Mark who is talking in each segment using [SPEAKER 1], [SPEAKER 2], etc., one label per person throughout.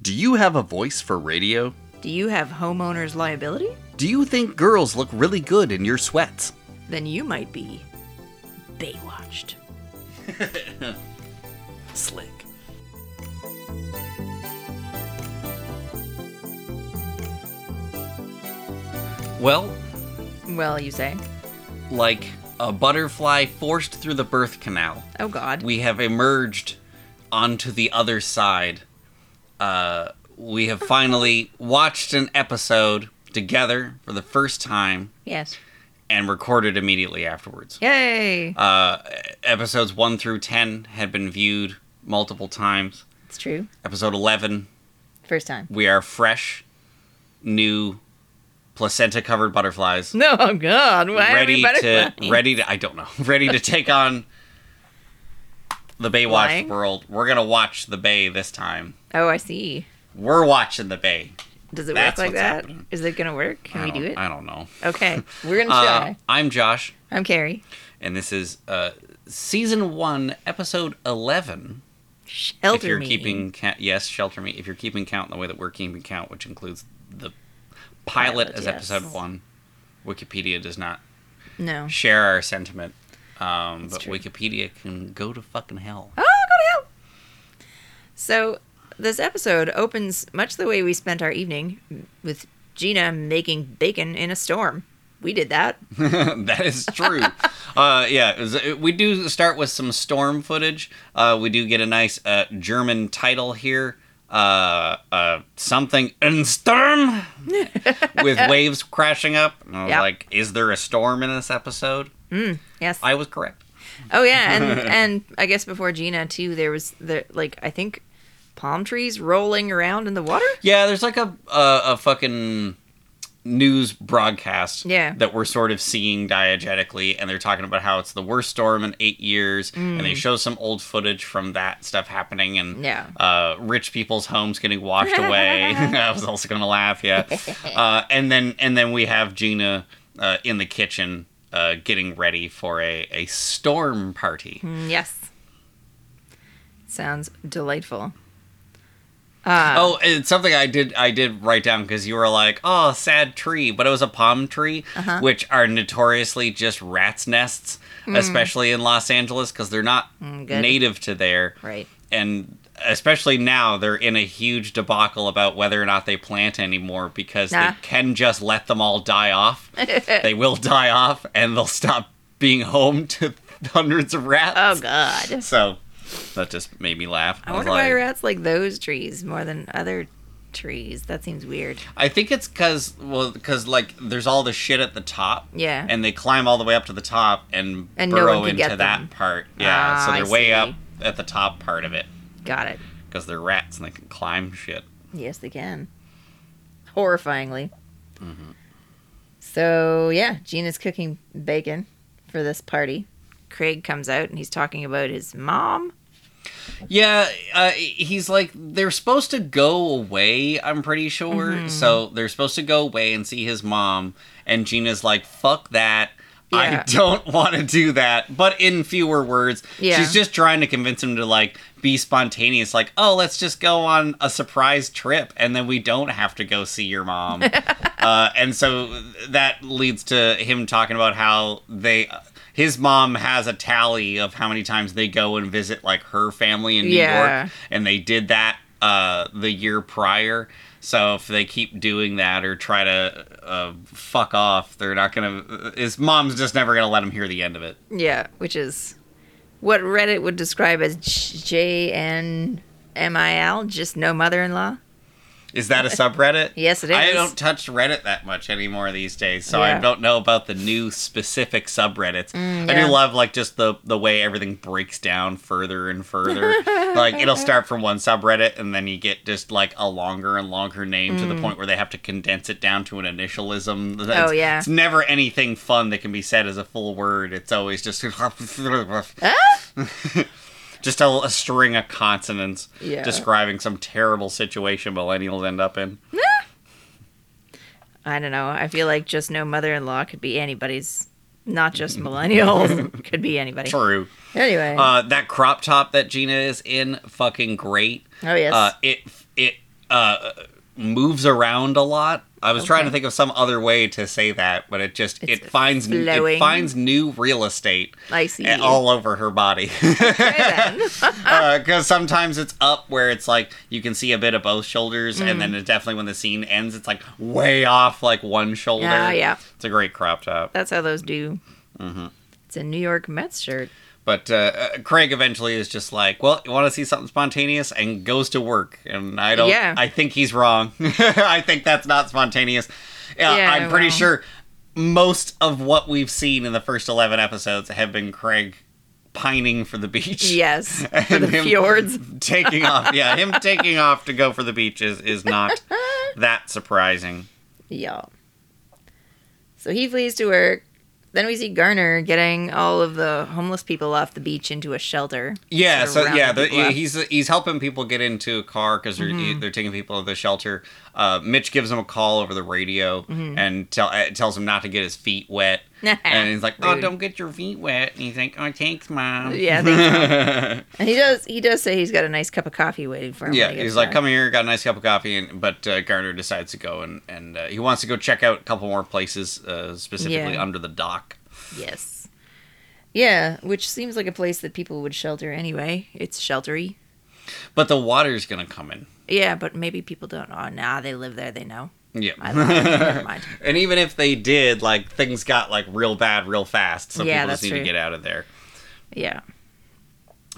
[SPEAKER 1] Do you have a voice for radio?
[SPEAKER 2] Do you have homeowner's liability?
[SPEAKER 1] Do you think girls look really good in your sweats?
[SPEAKER 2] Then you might be Baywatched.
[SPEAKER 1] Slick. Well,
[SPEAKER 2] Well, you say.
[SPEAKER 1] like a butterfly forced through the birth canal,
[SPEAKER 2] Oh, God.
[SPEAKER 1] we have emerged onto the other side. Uh, we have finally watched an episode together for the first time
[SPEAKER 2] yes.
[SPEAKER 1] and recorded immediately afterwards.
[SPEAKER 2] Yay.
[SPEAKER 1] Uh, episodes 1 through 10 had been viewed multiple times.
[SPEAKER 2] it's true.
[SPEAKER 1] Episode 11,
[SPEAKER 2] First time.
[SPEAKER 1] we are fresh, new, placenta covered butterflies.
[SPEAKER 2] No, oh, God. Why
[SPEAKER 1] ready
[SPEAKER 2] are
[SPEAKER 1] to
[SPEAKER 2] we butterflies?
[SPEAKER 1] ready to I don't know ready to take on the Baywatch
[SPEAKER 2] Flying?
[SPEAKER 1] world. We're gonna watch the Bay this time.
[SPEAKER 2] Oh, I see.
[SPEAKER 1] We're watching the Bay.
[SPEAKER 2] Does it
[SPEAKER 1] That's
[SPEAKER 2] work like
[SPEAKER 1] what's
[SPEAKER 2] that? Is
[SPEAKER 1] happening.
[SPEAKER 2] it going to work? Can
[SPEAKER 1] I
[SPEAKER 2] we
[SPEAKER 1] don't-
[SPEAKER 2] do it?
[SPEAKER 1] I don't know.
[SPEAKER 2] Okay. We're going to
[SPEAKER 1] Uh,
[SPEAKER 2] try.
[SPEAKER 1] I'm Josh,
[SPEAKER 2] I'm Carrie.
[SPEAKER 1] and this is uh, season one, episode eleven.
[SPEAKER 2] Shelter
[SPEAKER 1] if you're
[SPEAKER 2] me.
[SPEAKER 1] keeping count, yes, shelter me. If you're keeping count in the way that we're keeping count, which includes the pilot,
[SPEAKER 2] Pilot,
[SPEAKER 1] as
[SPEAKER 2] yes.
[SPEAKER 1] episode one, Wikipedia does not
[SPEAKER 2] No.
[SPEAKER 1] share our sentiment. Um, but
[SPEAKER 2] true.
[SPEAKER 1] Wikipedia can go to fucking hell.
[SPEAKER 2] Oh, go to hell. So this episode opens much the way we spent our evening with Gina making bacon in a storm. We did that.
[SPEAKER 1] that is true. uh, yeah, it was- it- we do start with some storm footage. Uh, we do get a nice uh, German title here. Uh, uh, something in storm with waves crashing up. And I was
[SPEAKER 2] Yeah.
[SPEAKER 1] like, is there a storm in this episode?
[SPEAKER 2] Yes.
[SPEAKER 1] I was correct.
[SPEAKER 2] oh yeah, and and I guess before Gina too, there was the like I think palm trees rolling around in the water.
[SPEAKER 1] Yeah, there's like a a, a fucking news broadcast
[SPEAKER 2] Yeah.
[SPEAKER 1] that we're sort of seeing diegetically and they're talking about how it's the worst storm in eight years and they show some old footage from that stuff happening and
[SPEAKER 2] Mm. Yeah.
[SPEAKER 1] uh, rich people's homes getting washed away i was also gonna laugh yeah uh, and then and then we have gina uh, in the kitchen uh, getting ready for a, a storm party
[SPEAKER 2] Mm, Yes. Sounds delightful.
[SPEAKER 1] Oh, it's something I did I did write down because you were like, "Oh, sad tree," but it was a palm tree,
[SPEAKER 2] Uh-huh.
[SPEAKER 1] which are notoriously just rats' nests, especially in Los Angeles because they're not
[SPEAKER 2] Mm, Hmm. good.
[SPEAKER 1] native to there,
[SPEAKER 2] Right.
[SPEAKER 1] and especially now they're in a huge debacle about whether or not they plant anymore because
[SPEAKER 2] Nah.
[SPEAKER 1] they can just let them all die off. they will die off, and they'll stop being home to hundreds of rats.
[SPEAKER 2] Oh God.
[SPEAKER 1] So that just made me laugh.
[SPEAKER 2] I
[SPEAKER 1] was
[SPEAKER 2] wonder why
[SPEAKER 1] like-
[SPEAKER 2] rats like those trees more than other trees. That seems weird.
[SPEAKER 1] I think it's because well, because like there's all the shit at the top.
[SPEAKER 2] Yeah.
[SPEAKER 1] And they climb all the way up to the top and,
[SPEAKER 2] And no
[SPEAKER 1] burrow
[SPEAKER 2] one can
[SPEAKER 1] into
[SPEAKER 2] get them.
[SPEAKER 1] that part. Yeah.
[SPEAKER 2] Ah,
[SPEAKER 1] so
[SPEAKER 2] I
[SPEAKER 1] they're way
[SPEAKER 2] see.
[SPEAKER 1] up at the top part of it
[SPEAKER 2] Got it.
[SPEAKER 1] because they're rats and they can climb shit.
[SPEAKER 2] Yes, they can. Horrifyingly.
[SPEAKER 1] Mm-hmm.
[SPEAKER 2] So, yeah, Gina's cooking bacon for this party. Craig comes out and he's talking about his mom.
[SPEAKER 1] Yeah. Uh, he's like they're supposed to go away. I'm pretty sure.
[SPEAKER 2] Mm-hmm,
[SPEAKER 1] So they're supposed to go away and see his mom. And Gina's like, "Fuck that."
[SPEAKER 2] Yeah.
[SPEAKER 1] I don't want to do that, but in fewer words,
[SPEAKER 2] Yeah.
[SPEAKER 1] she's just trying to convince him to like be spontaneous, like, oh, let's just go on a surprise trip, and then we don't have to go see your mom. uh, and so that leads to him talking about how they, his mom has a tally of how many times they go and visit like her family in New
[SPEAKER 2] Yeah.
[SPEAKER 1] York, and they did that uh, the year prior. So if they keep doing that or try to uh, fuck off, they're not gonna. His mom's just never gonna let him hear the end of it.
[SPEAKER 2] Yeah, which is what Reddit would describe as J N M I L, just no mother in law.
[SPEAKER 1] Is that a subreddit?
[SPEAKER 2] Yes, it
[SPEAKER 1] I
[SPEAKER 2] is.
[SPEAKER 1] don't touch Reddit that much anymore these days, so
[SPEAKER 2] Yeah. Mm,
[SPEAKER 1] I don't know about the new specific subreddits. I
[SPEAKER 2] yeah.
[SPEAKER 1] do love like just the the way everything breaks down further and further. like it'll start from one subreddit and then you get just like a longer and longer name
[SPEAKER 2] Mm.
[SPEAKER 1] to the point where they have to condense it down to an initialism. It's-
[SPEAKER 2] Oh, yeah.
[SPEAKER 1] It's never anything fun that can be said as a full word. It's always just just a, a string of consonants
[SPEAKER 2] Yeah.
[SPEAKER 1] describing some terrible situation millennials end up in.
[SPEAKER 2] I don't know. I feel like just no mother in law could be anybody's, not just millennials, could be anybody.
[SPEAKER 1] True.
[SPEAKER 2] Anyway.
[SPEAKER 1] Uh, that crop top that Gina is in, fucking great.
[SPEAKER 2] oh, yes.
[SPEAKER 1] Uh, it it uh, moves around a lot. I was trying to think of some other way to say that, but it just
[SPEAKER 2] It's
[SPEAKER 1] it finds
[SPEAKER 2] flowing.
[SPEAKER 1] it finds new real estate eh,
[SPEAKER 2] I see. Ah.
[SPEAKER 1] all over her body.
[SPEAKER 2] Okay, then.
[SPEAKER 1] because sometimes it's up where it's like you can see a bit of both shoulders,
[SPEAKER 2] Mm.
[SPEAKER 1] and then it definitely when the scene ends, it's like way off like one shoulder.
[SPEAKER 2] Yeah, yeah.
[SPEAKER 1] It's a great crop top.
[SPEAKER 2] That's how those do.
[SPEAKER 1] Mm-hmm.
[SPEAKER 2] It's a New York Mets shirt.
[SPEAKER 1] But uh, uh, Craig eventually is just like, "Well, you want to see something spontaneous?" and goes to work. And I don't.
[SPEAKER 2] Yeah.
[SPEAKER 1] I think he's wrong. I think that's not spontaneous. Yeah,
[SPEAKER 2] Yeah,
[SPEAKER 1] I'm pretty
[SPEAKER 2] well.
[SPEAKER 1] sure most of what we've seen in the first eleven episodes have been Craig pining for the beach.
[SPEAKER 2] Yes, for
[SPEAKER 1] And
[SPEAKER 2] the
[SPEAKER 1] him-
[SPEAKER 2] fjords.
[SPEAKER 1] taking off. Yeah, him taking off to go for the beaches is not that surprising.
[SPEAKER 2] Yeah. So he flees to work. Then we see Garner getting all of the homeless people off the beach into a shelter.
[SPEAKER 1] Yeah, so
[SPEAKER 2] Surrounding
[SPEAKER 1] yeah, the,
[SPEAKER 2] people Mm-hmm. up.
[SPEAKER 1] he's he's helping people get into a car because they're they're taking people to the shelter. Uh, Mitch gives him a call over the radio
[SPEAKER 2] Mm-hmm.
[SPEAKER 1] and tell, uh, tells him not to get his feet wet. and he's like, "Oh,
[SPEAKER 2] Rude.
[SPEAKER 1] don't get your feet wet." And he's like, "Oh, thanks, mom."
[SPEAKER 2] Yeah,
[SPEAKER 1] thanks,
[SPEAKER 2] And he does he does say he's got a nice cup of coffee waiting for him.
[SPEAKER 1] yeah.
[SPEAKER 2] when he
[SPEAKER 1] He's
[SPEAKER 2] gets
[SPEAKER 1] like,
[SPEAKER 2] back.
[SPEAKER 1] "Come here, got a nice cup of coffee." And but uh, Garner decides to go and and uh, he wants to go check out a couple more places, uh, specifically
[SPEAKER 2] Yeah.
[SPEAKER 1] under the dock.
[SPEAKER 2] Yes. Yeah, which seems like a place that people would shelter anyway. It's sheltery.
[SPEAKER 1] But the water's gonna come in.
[SPEAKER 2] Yeah, but maybe people don't. Oh, nah, they live there. They know.
[SPEAKER 1] Yeah.
[SPEAKER 2] I live there. Never mind.
[SPEAKER 1] and even if they did, like things got like real bad real fast, so
[SPEAKER 2] Yeah,
[SPEAKER 1] people just
[SPEAKER 2] that's
[SPEAKER 1] need to
[SPEAKER 2] true.
[SPEAKER 1] get out of there.
[SPEAKER 2] Yeah.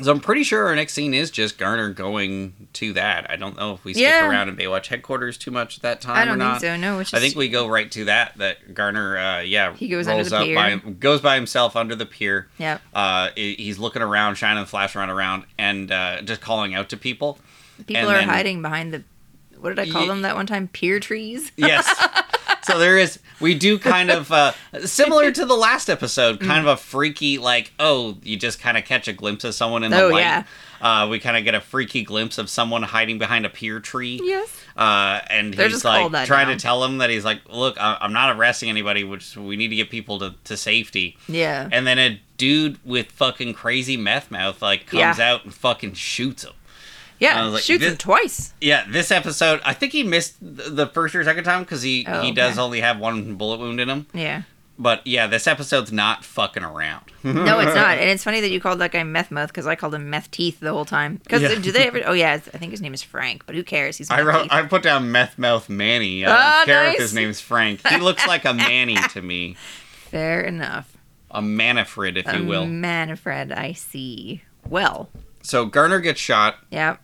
[SPEAKER 1] So I'm pretty sure our next scene is just Garner going to that. I don't know if we stick
[SPEAKER 2] Yeah.
[SPEAKER 1] around in Baywatch headquarters too much at that time
[SPEAKER 2] I
[SPEAKER 1] or
[SPEAKER 2] don't
[SPEAKER 1] not.
[SPEAKER 2] think so. No, which is
[SPEAKER 1] I think we go right to that. That Garner, uh, yeah,
[SPEAKER 2] He goes under the
[SPEAKER 1] up
[SPEAKER 2] pier.
[SPEAKER 1] by goes by himself under the pier.
[SPEAKER 2] Yep.
[SPEAKER 1] Uh, he- he's looking around, shining the flash around around, and uh, just calling out to people.
[SPEAKER 2] people
[SPEAKER 1] and
[SPEAKER 2] are
[SPEAKER 1] then-
[SPEAKER 2] hiding behind the. What did I call
[SPEAKER 1] Ye-
[SPEAKER 2] them that one time? Pear trees.
[SPEAKER 1] Yes. so there is we do kind of uh similar to the last episode, kind of a freaky like, oh, you just kind of catch a glimpse of someone in the
[SPEAKER 2] Oh,
[SPEAKER 1] light.
[SPEAKER 2] yeah.
[SPEAKER 1] Uh, we kind of get a freaky glimpse of someone hiding behind a pear tree.
[SPEAKER 2] Yes.
[SPEAKER 1] Uh, and
[SPEAKER 2] They're
[SPEAKER 1] he's
[SPEAKER 2] just called
[SPEAKER 1] like
[SPEAKER 2] that
[SPEAKER 1] trying
[SPEAKER 2] now.
[SPEAKER 1] to tell him that he's like, look, I- I'm not arresting anybody, which we need to get people to, to safety.
[SPEAKER 2] Yeah.
[SPEAKER 1] And then a dude with fucking crazy meth mouth like comes
[SPEAKER 2] Yeah.
[SPEAKER 1] out and fucking shoots him. I
[SPEAKER 2] Yeah.
[SPEAKER 1] was like,
[SPEAKER 2] shoots
[SPEAKER 1] this-
[SPEAKER 2] them twice.
[SPEAKER 1] Yeah, this episode, I think he missed th- the first or second time because he,
[SPEAKER 2] Oh,
[SPEAKER 1] he does
[SPEAKER 2] okay.
[SPEAKER 1] only have one bullet wound in him.
[SPEAKER 2] Yeah.
[SPEAKER 1] But yeah, this episode's not fucking around.
[SPEAKER 2] No, it's not. And it's funny that you called that guy meth mouth because I called him meth teeth the whole time. Because
[SPEAKER 1] Yeah.
[SPEAKER 2] do they ever? Oh yeah, I think his name is Frank, but who cares? He's meth
[SPEAKER 1] I wrote,
[SPEAKER 2] teeth.
[SPEAKER 1] I put down meth mouth Manny. I
[SPEAKER 2] Ah,
[SPEAKER 1] don't care if
[SPEAKER 2] nice.
[SPEAKER 1] his name's Frank. He looks like a Manny to me,
[SPEAKER 2] Fair enough.
[SPEAKER 1] a Manfred, if you
[SPEAKER 2] Um,
[SPEAKER 1] will.
[SPEAKER 2] Manfred, I see. Well,
[SPEAKER 1] So Garner gets shot.
[SPEAKER 2] yeah,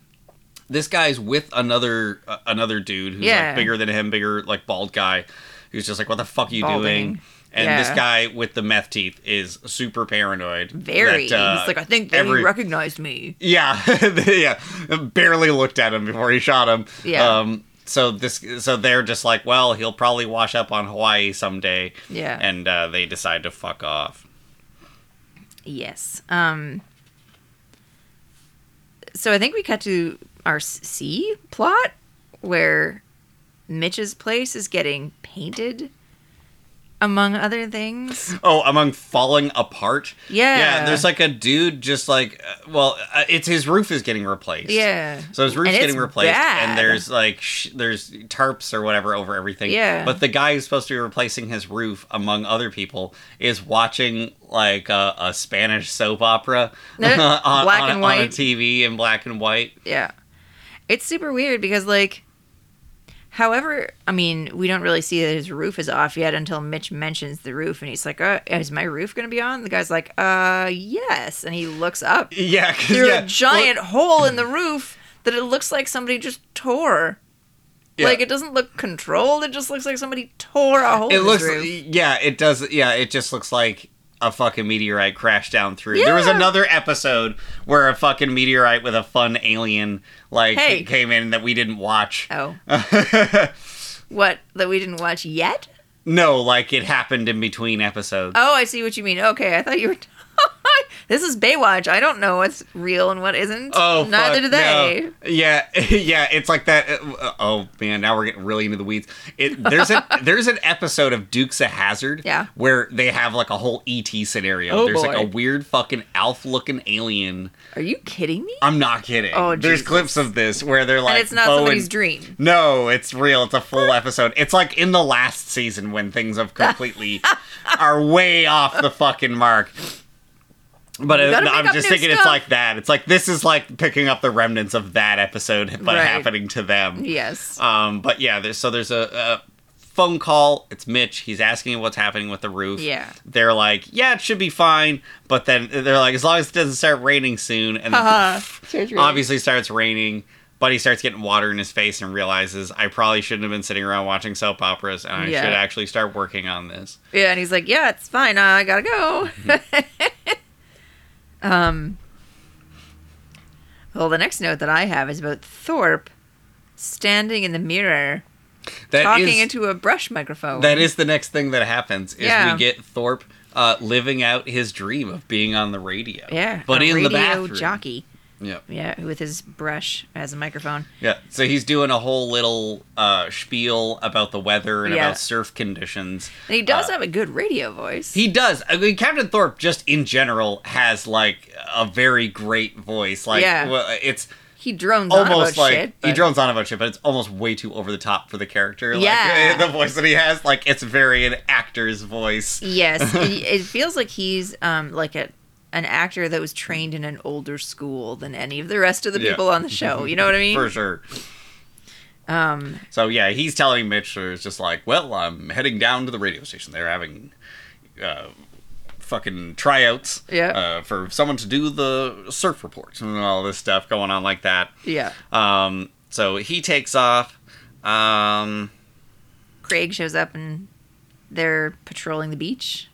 [SPEAKER 1] This guy's with another uh, another dude who's
[SPEAKER 2] Yeah.
[SPEAKER 1] like bigger than him, bigger like bald guy, who's just like, "What the fuck are you
[SPEAKER 2] Balding.
[SPEAKER 1] doing?" And this
[SPEAKER 2] Yeah.
[SPEAKER 1] guy with the meth teeth is super paranoid.
[SPEAKER 2] very.
[SPEAKER 1] that, uh,
[SPEAKER 2] He's like, I think they
[SPEAKER 1] every-
[SPEAKER 2] recognized me.
[SPEAKER 1] Yeah, yeah. Barely looked at him before he shot him.
[SPEAKER 2] Yeah.
[SPEAKER 1] Um, so this, so they're just like, well, he'll probably wash up on Hawaii someday.
[SPEAKER 2] Yeah.
[SPEAKER 1] And uh, they decide to fuck off.
[SPEAKER 2] Yes. Um. So I think we cut to our s- C plot where Mitch's place is getting painted, among other things.
[SPEAKER 1] Oh, among falling apart.
[SPEAKER 2] Yeah.
[SPEAKER 1] Yeah. There's like a dude just like, uh, well, uh, it's his roof is getting replaced.
[SPEAKER 2] Yeah.
[SPEAKER 1] So his roof's
[SPEAKER 2] And it's
[SPEAKER 1] getting replaced,
[SPEAKER 2] bad.
[SPEAKER 1] and there's like sh- there's tarps or whatever over everything.
[SPEAKER 2] Yeah.
[SPEAKER 1] But the guy who's supposed to be replacing his roof, among other people, is watching like a, a Spanish soap opera
[SPEAKER 2] Black
[SPEAKER 1] on,
[SPEAKER 2] and
[SPEAKER 1] on, a- on a
[SPEAKER 2] white.
[SPEAKER 1] TV in black and white.
[SPEAKER 2] Yeah. It's super weird because like however, I mean, we don't really see that his roof is off yet until Mitch mentions the roof and he's like, "Uh, is my roof going to be on?" The guy's like, "Uh, yes." And he looks up
[SPEAKER 1] Yeah, 'cause,
[SPEAKER 2] through
[SPEAKER 1] yeah,
[SPEAKER 2] a giant hole in the roof that it looks like somebody just tore.
[SPEAKER 1] yeah.
[SPEAKER 2] Like it doesn't look controlled, it just looks like somebody tore a hole
[SPEAKER 1] It
[SPEAKER 2] in
[SPEAKER 1] looks,
[SPEAKER 2] his roof.
[SPEAKER 1] yeah, it does. Yeah, it just looks like a fucking meteorite crashed down through. There was
[SPEAKER 2] Yeah.
[SPEAKER 1] another episode where a fucking meteorite with a fun alien like
[SPEAKER 2] Hey.
[SPEAKER 1] came in that we didn't watch.
[SPEAKER 2] Oh. what that we didn't watch yet?
[SPEAKER 1] No, like it happened in between episodes.
[SPEAKER 2] Oh, I see what you mean. Okay, I thought you were. I This is Baywatch. I don't know what's real and what isn't.
[SPEAKER 1] Oh,
[SPEAKER 2] neither
[SPEAKER 1] fuck,
[SPEAKER 2] do they.
[SPEAKER 1] no. Yeah, yeah. It's like that. uh, oh man, now we're getting really into the weeds. It, there's a there's an episode of Dukes of Hazard.
[SPEAKER 2] Yeah.
[SPEAKER 1] Where they have like a whole ET scenario.
[SPEAKER 2] Oh,
[SPEAKER 1] there's like
[SPEAKER 2] boy.
[SPEAKER 1] a weird fucking elf looking alien.
[SPEAKER 2] Are you kidding me?
[SPEAKER 1] I'm not kidding.
[SPEAKER 2] Oh,
[SPEAKER 1] there's
[SPEAKER 2] Jesus.
[SPEAKER 1] clips of this where they're like,
[SPEAKER 2] and it's not
[SPEAKER 1] Bo
[SPEAKER 2] somebody's
[SPEAKER 1] and-
[SPEAKER 2] dream.
[SPEAKER 1] No, it's real. It's a full episode. It's like in the last season when things have completely are way off the fucking mark. But it,
[SPEAKER 2] gotta make
[SPEAKER 1] I'm
[SPEAKER 2] up
[SPEAKER 1] just
[SPEAKER 2] new
[SPEAKER 1] thinking it's
[SPEAKER 2] stuff.
[SPEAKER 1] like that. It's like this is like picking up the remnants of that episode, but
[SPEAKER 2] Right.
[SPEAKER 1] happening to them.
[SPEAKER 2] Yes.
[SPEAKER 1] Um, but yeah, there's, so there's a, a phone call. It's Mitch. He's asking what's happening with the roof.
[SPEAKER 2] Yeah.
[SPEAKER 1] They're like, yeah, it should be fine. But then they're like, as long as it doesn't start raining soon. And then
[SPEAKER 2] Haha. Surgery.
[SPEAKER 1] obviously starts raining. Buddy starts getting water in his face and realizes I probably shouldn't have been sitting around watching soap operas and I
[SPEAKER 2] Yeah.
[SPEAKER 1] should actually start working on this.
[SPEAKER 2] Yeah, and he's like, "Yeah, it's fine. Uh, I gotta go." um. Well, the next note that I have is about Thorpe standing in the mirror
[SPEAKER 1] That
[SPEAKER 2] talking
[SPEAKER 1] is-
[SPEAKER 2] into a brush microphone.
[SPEAKER 1] that is the next thing that happens is
[SPEAKER 2] Yeah.
[SPEAKER 1] we get Thorpe uh, living out his dream of being on the radio.
[SPEAKER 2] yeah,
[SPEAKER 1] but
[SPEAKER 2] a
[SPEAKER 1] in
[SPEAKER 2] radio
[SPEAKER 1] the bathroom.
[SPEAKER 2] jockey.
[SPEAKER 1] Yeah,
[SPEAKER 2] Yeah, with his brush as a microphone.
[SPEAKER 1] yeah. So he's doing a whole little uh, spiel about the weather and
[SPEAKER 2] Yeah.
[SPEAKER 1] about surf conditions.
[SPEAKER 2] And he does
[SPEAKER 1] Uh,
[SPEAKER 2] have a good radio voice.
[SPEAKER 1] He does. I mean, Captain Thorpe just in general has like a very great voice. Like,
[SPEAKER 2] Yeah.
[SPEAKER 1] well, it's
[SPEAKER 2] he drones on
[SPEAKER 1] almost
[SPEAKER 2] about
[SPEAKER 1] like
[SPEAKER 2] shit.
[SPEAKER 1] he
[SPEAKER 2] but-
[SPEAKER 1] drones on about shit, but it's almost way too over the top for the character. Like,
[SPEAKER 2] Yeah.
[SPEAKER 1] the voice that he has, like it's very an actor's voice.
[SPEAKER 2] Yes, it, it feels like he's um like a an actor that was trained in an older school than any of the rest of the
[SPEAKER 1] Yeah.
[SPEAKER 2] people on the show. You know what I mean?
[SPEAKER 1] For sure.
[SPEAKER 2] Um,
[SPEAKER 1] So yeah, he's telling Mitch uh, it's just like, well, I'm heading down to the radio station. They're having uh, fucking tryouts
[SPEAKER 2] Yeah.
[SPEAKER 1] uh, for someone to do the surf report and all this stuff going on like that.
[SPEAKER 2] yeah.
[SPEAKER 1] Um, so he takes off. Um,
[SPEAKER 2] Craig shows up and they're patrolling the beach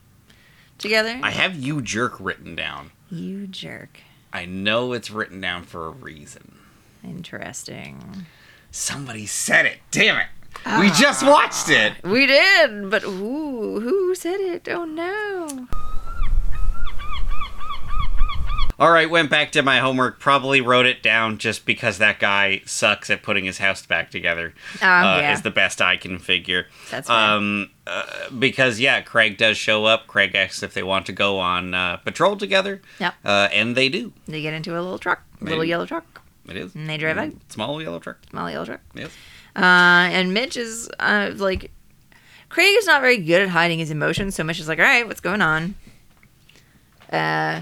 [SPEAKER 2] together.
[SPEAKER 1] I have you jerk written down.
[SPEAKER 2] you jerk.
[SPEAKER 1] I know it's written down for a reason.
[SPEAKER 2] Interesting.
[SPEAKER 1] Somebody said it. Damn it. We just
[SPEAKER 2] Ah.
[SPEAKER 1] watched it.
[SPEAKER 2] We did, but who who said it? Oh no.
[SPEAKER 1] All right, went back to my homework. Probably wrote it down just because that guy sucks at putting his house back together.
[SPEAKER 2] Um,
[SPEAKER 1] uh,
[SPEAKER 2] yeah.
[SPEAKER 1] Is the best I can figure.
[SPEAKER 2] That's fair.
[SPEAKER 1] Um, uh, because yeah, Craig does show up. Craig asks if they want to go on uh, patrol together.
[SPEAKER 2] Yep.
[SPEAKER 1] Uh, and they do.
[SPEAKER 2] They get into a little truck, little
[SPEAKER 1] Maybe. Mm.
[SPEAKER 2] yellow truck,
[SPEAKER 1] It is.
[SPEAKER 2] And they drive out.
[SPEAKER 1] Small yellow truck.
[SPEAKER 2] small yellow truck.
[SPEAKER 1] Yes.
[SPEAKER 2] Uh, and Mitch is uh, like, Craig is not very good at hiding his emotions, so Mitch is like, all right, what's going on? Uh,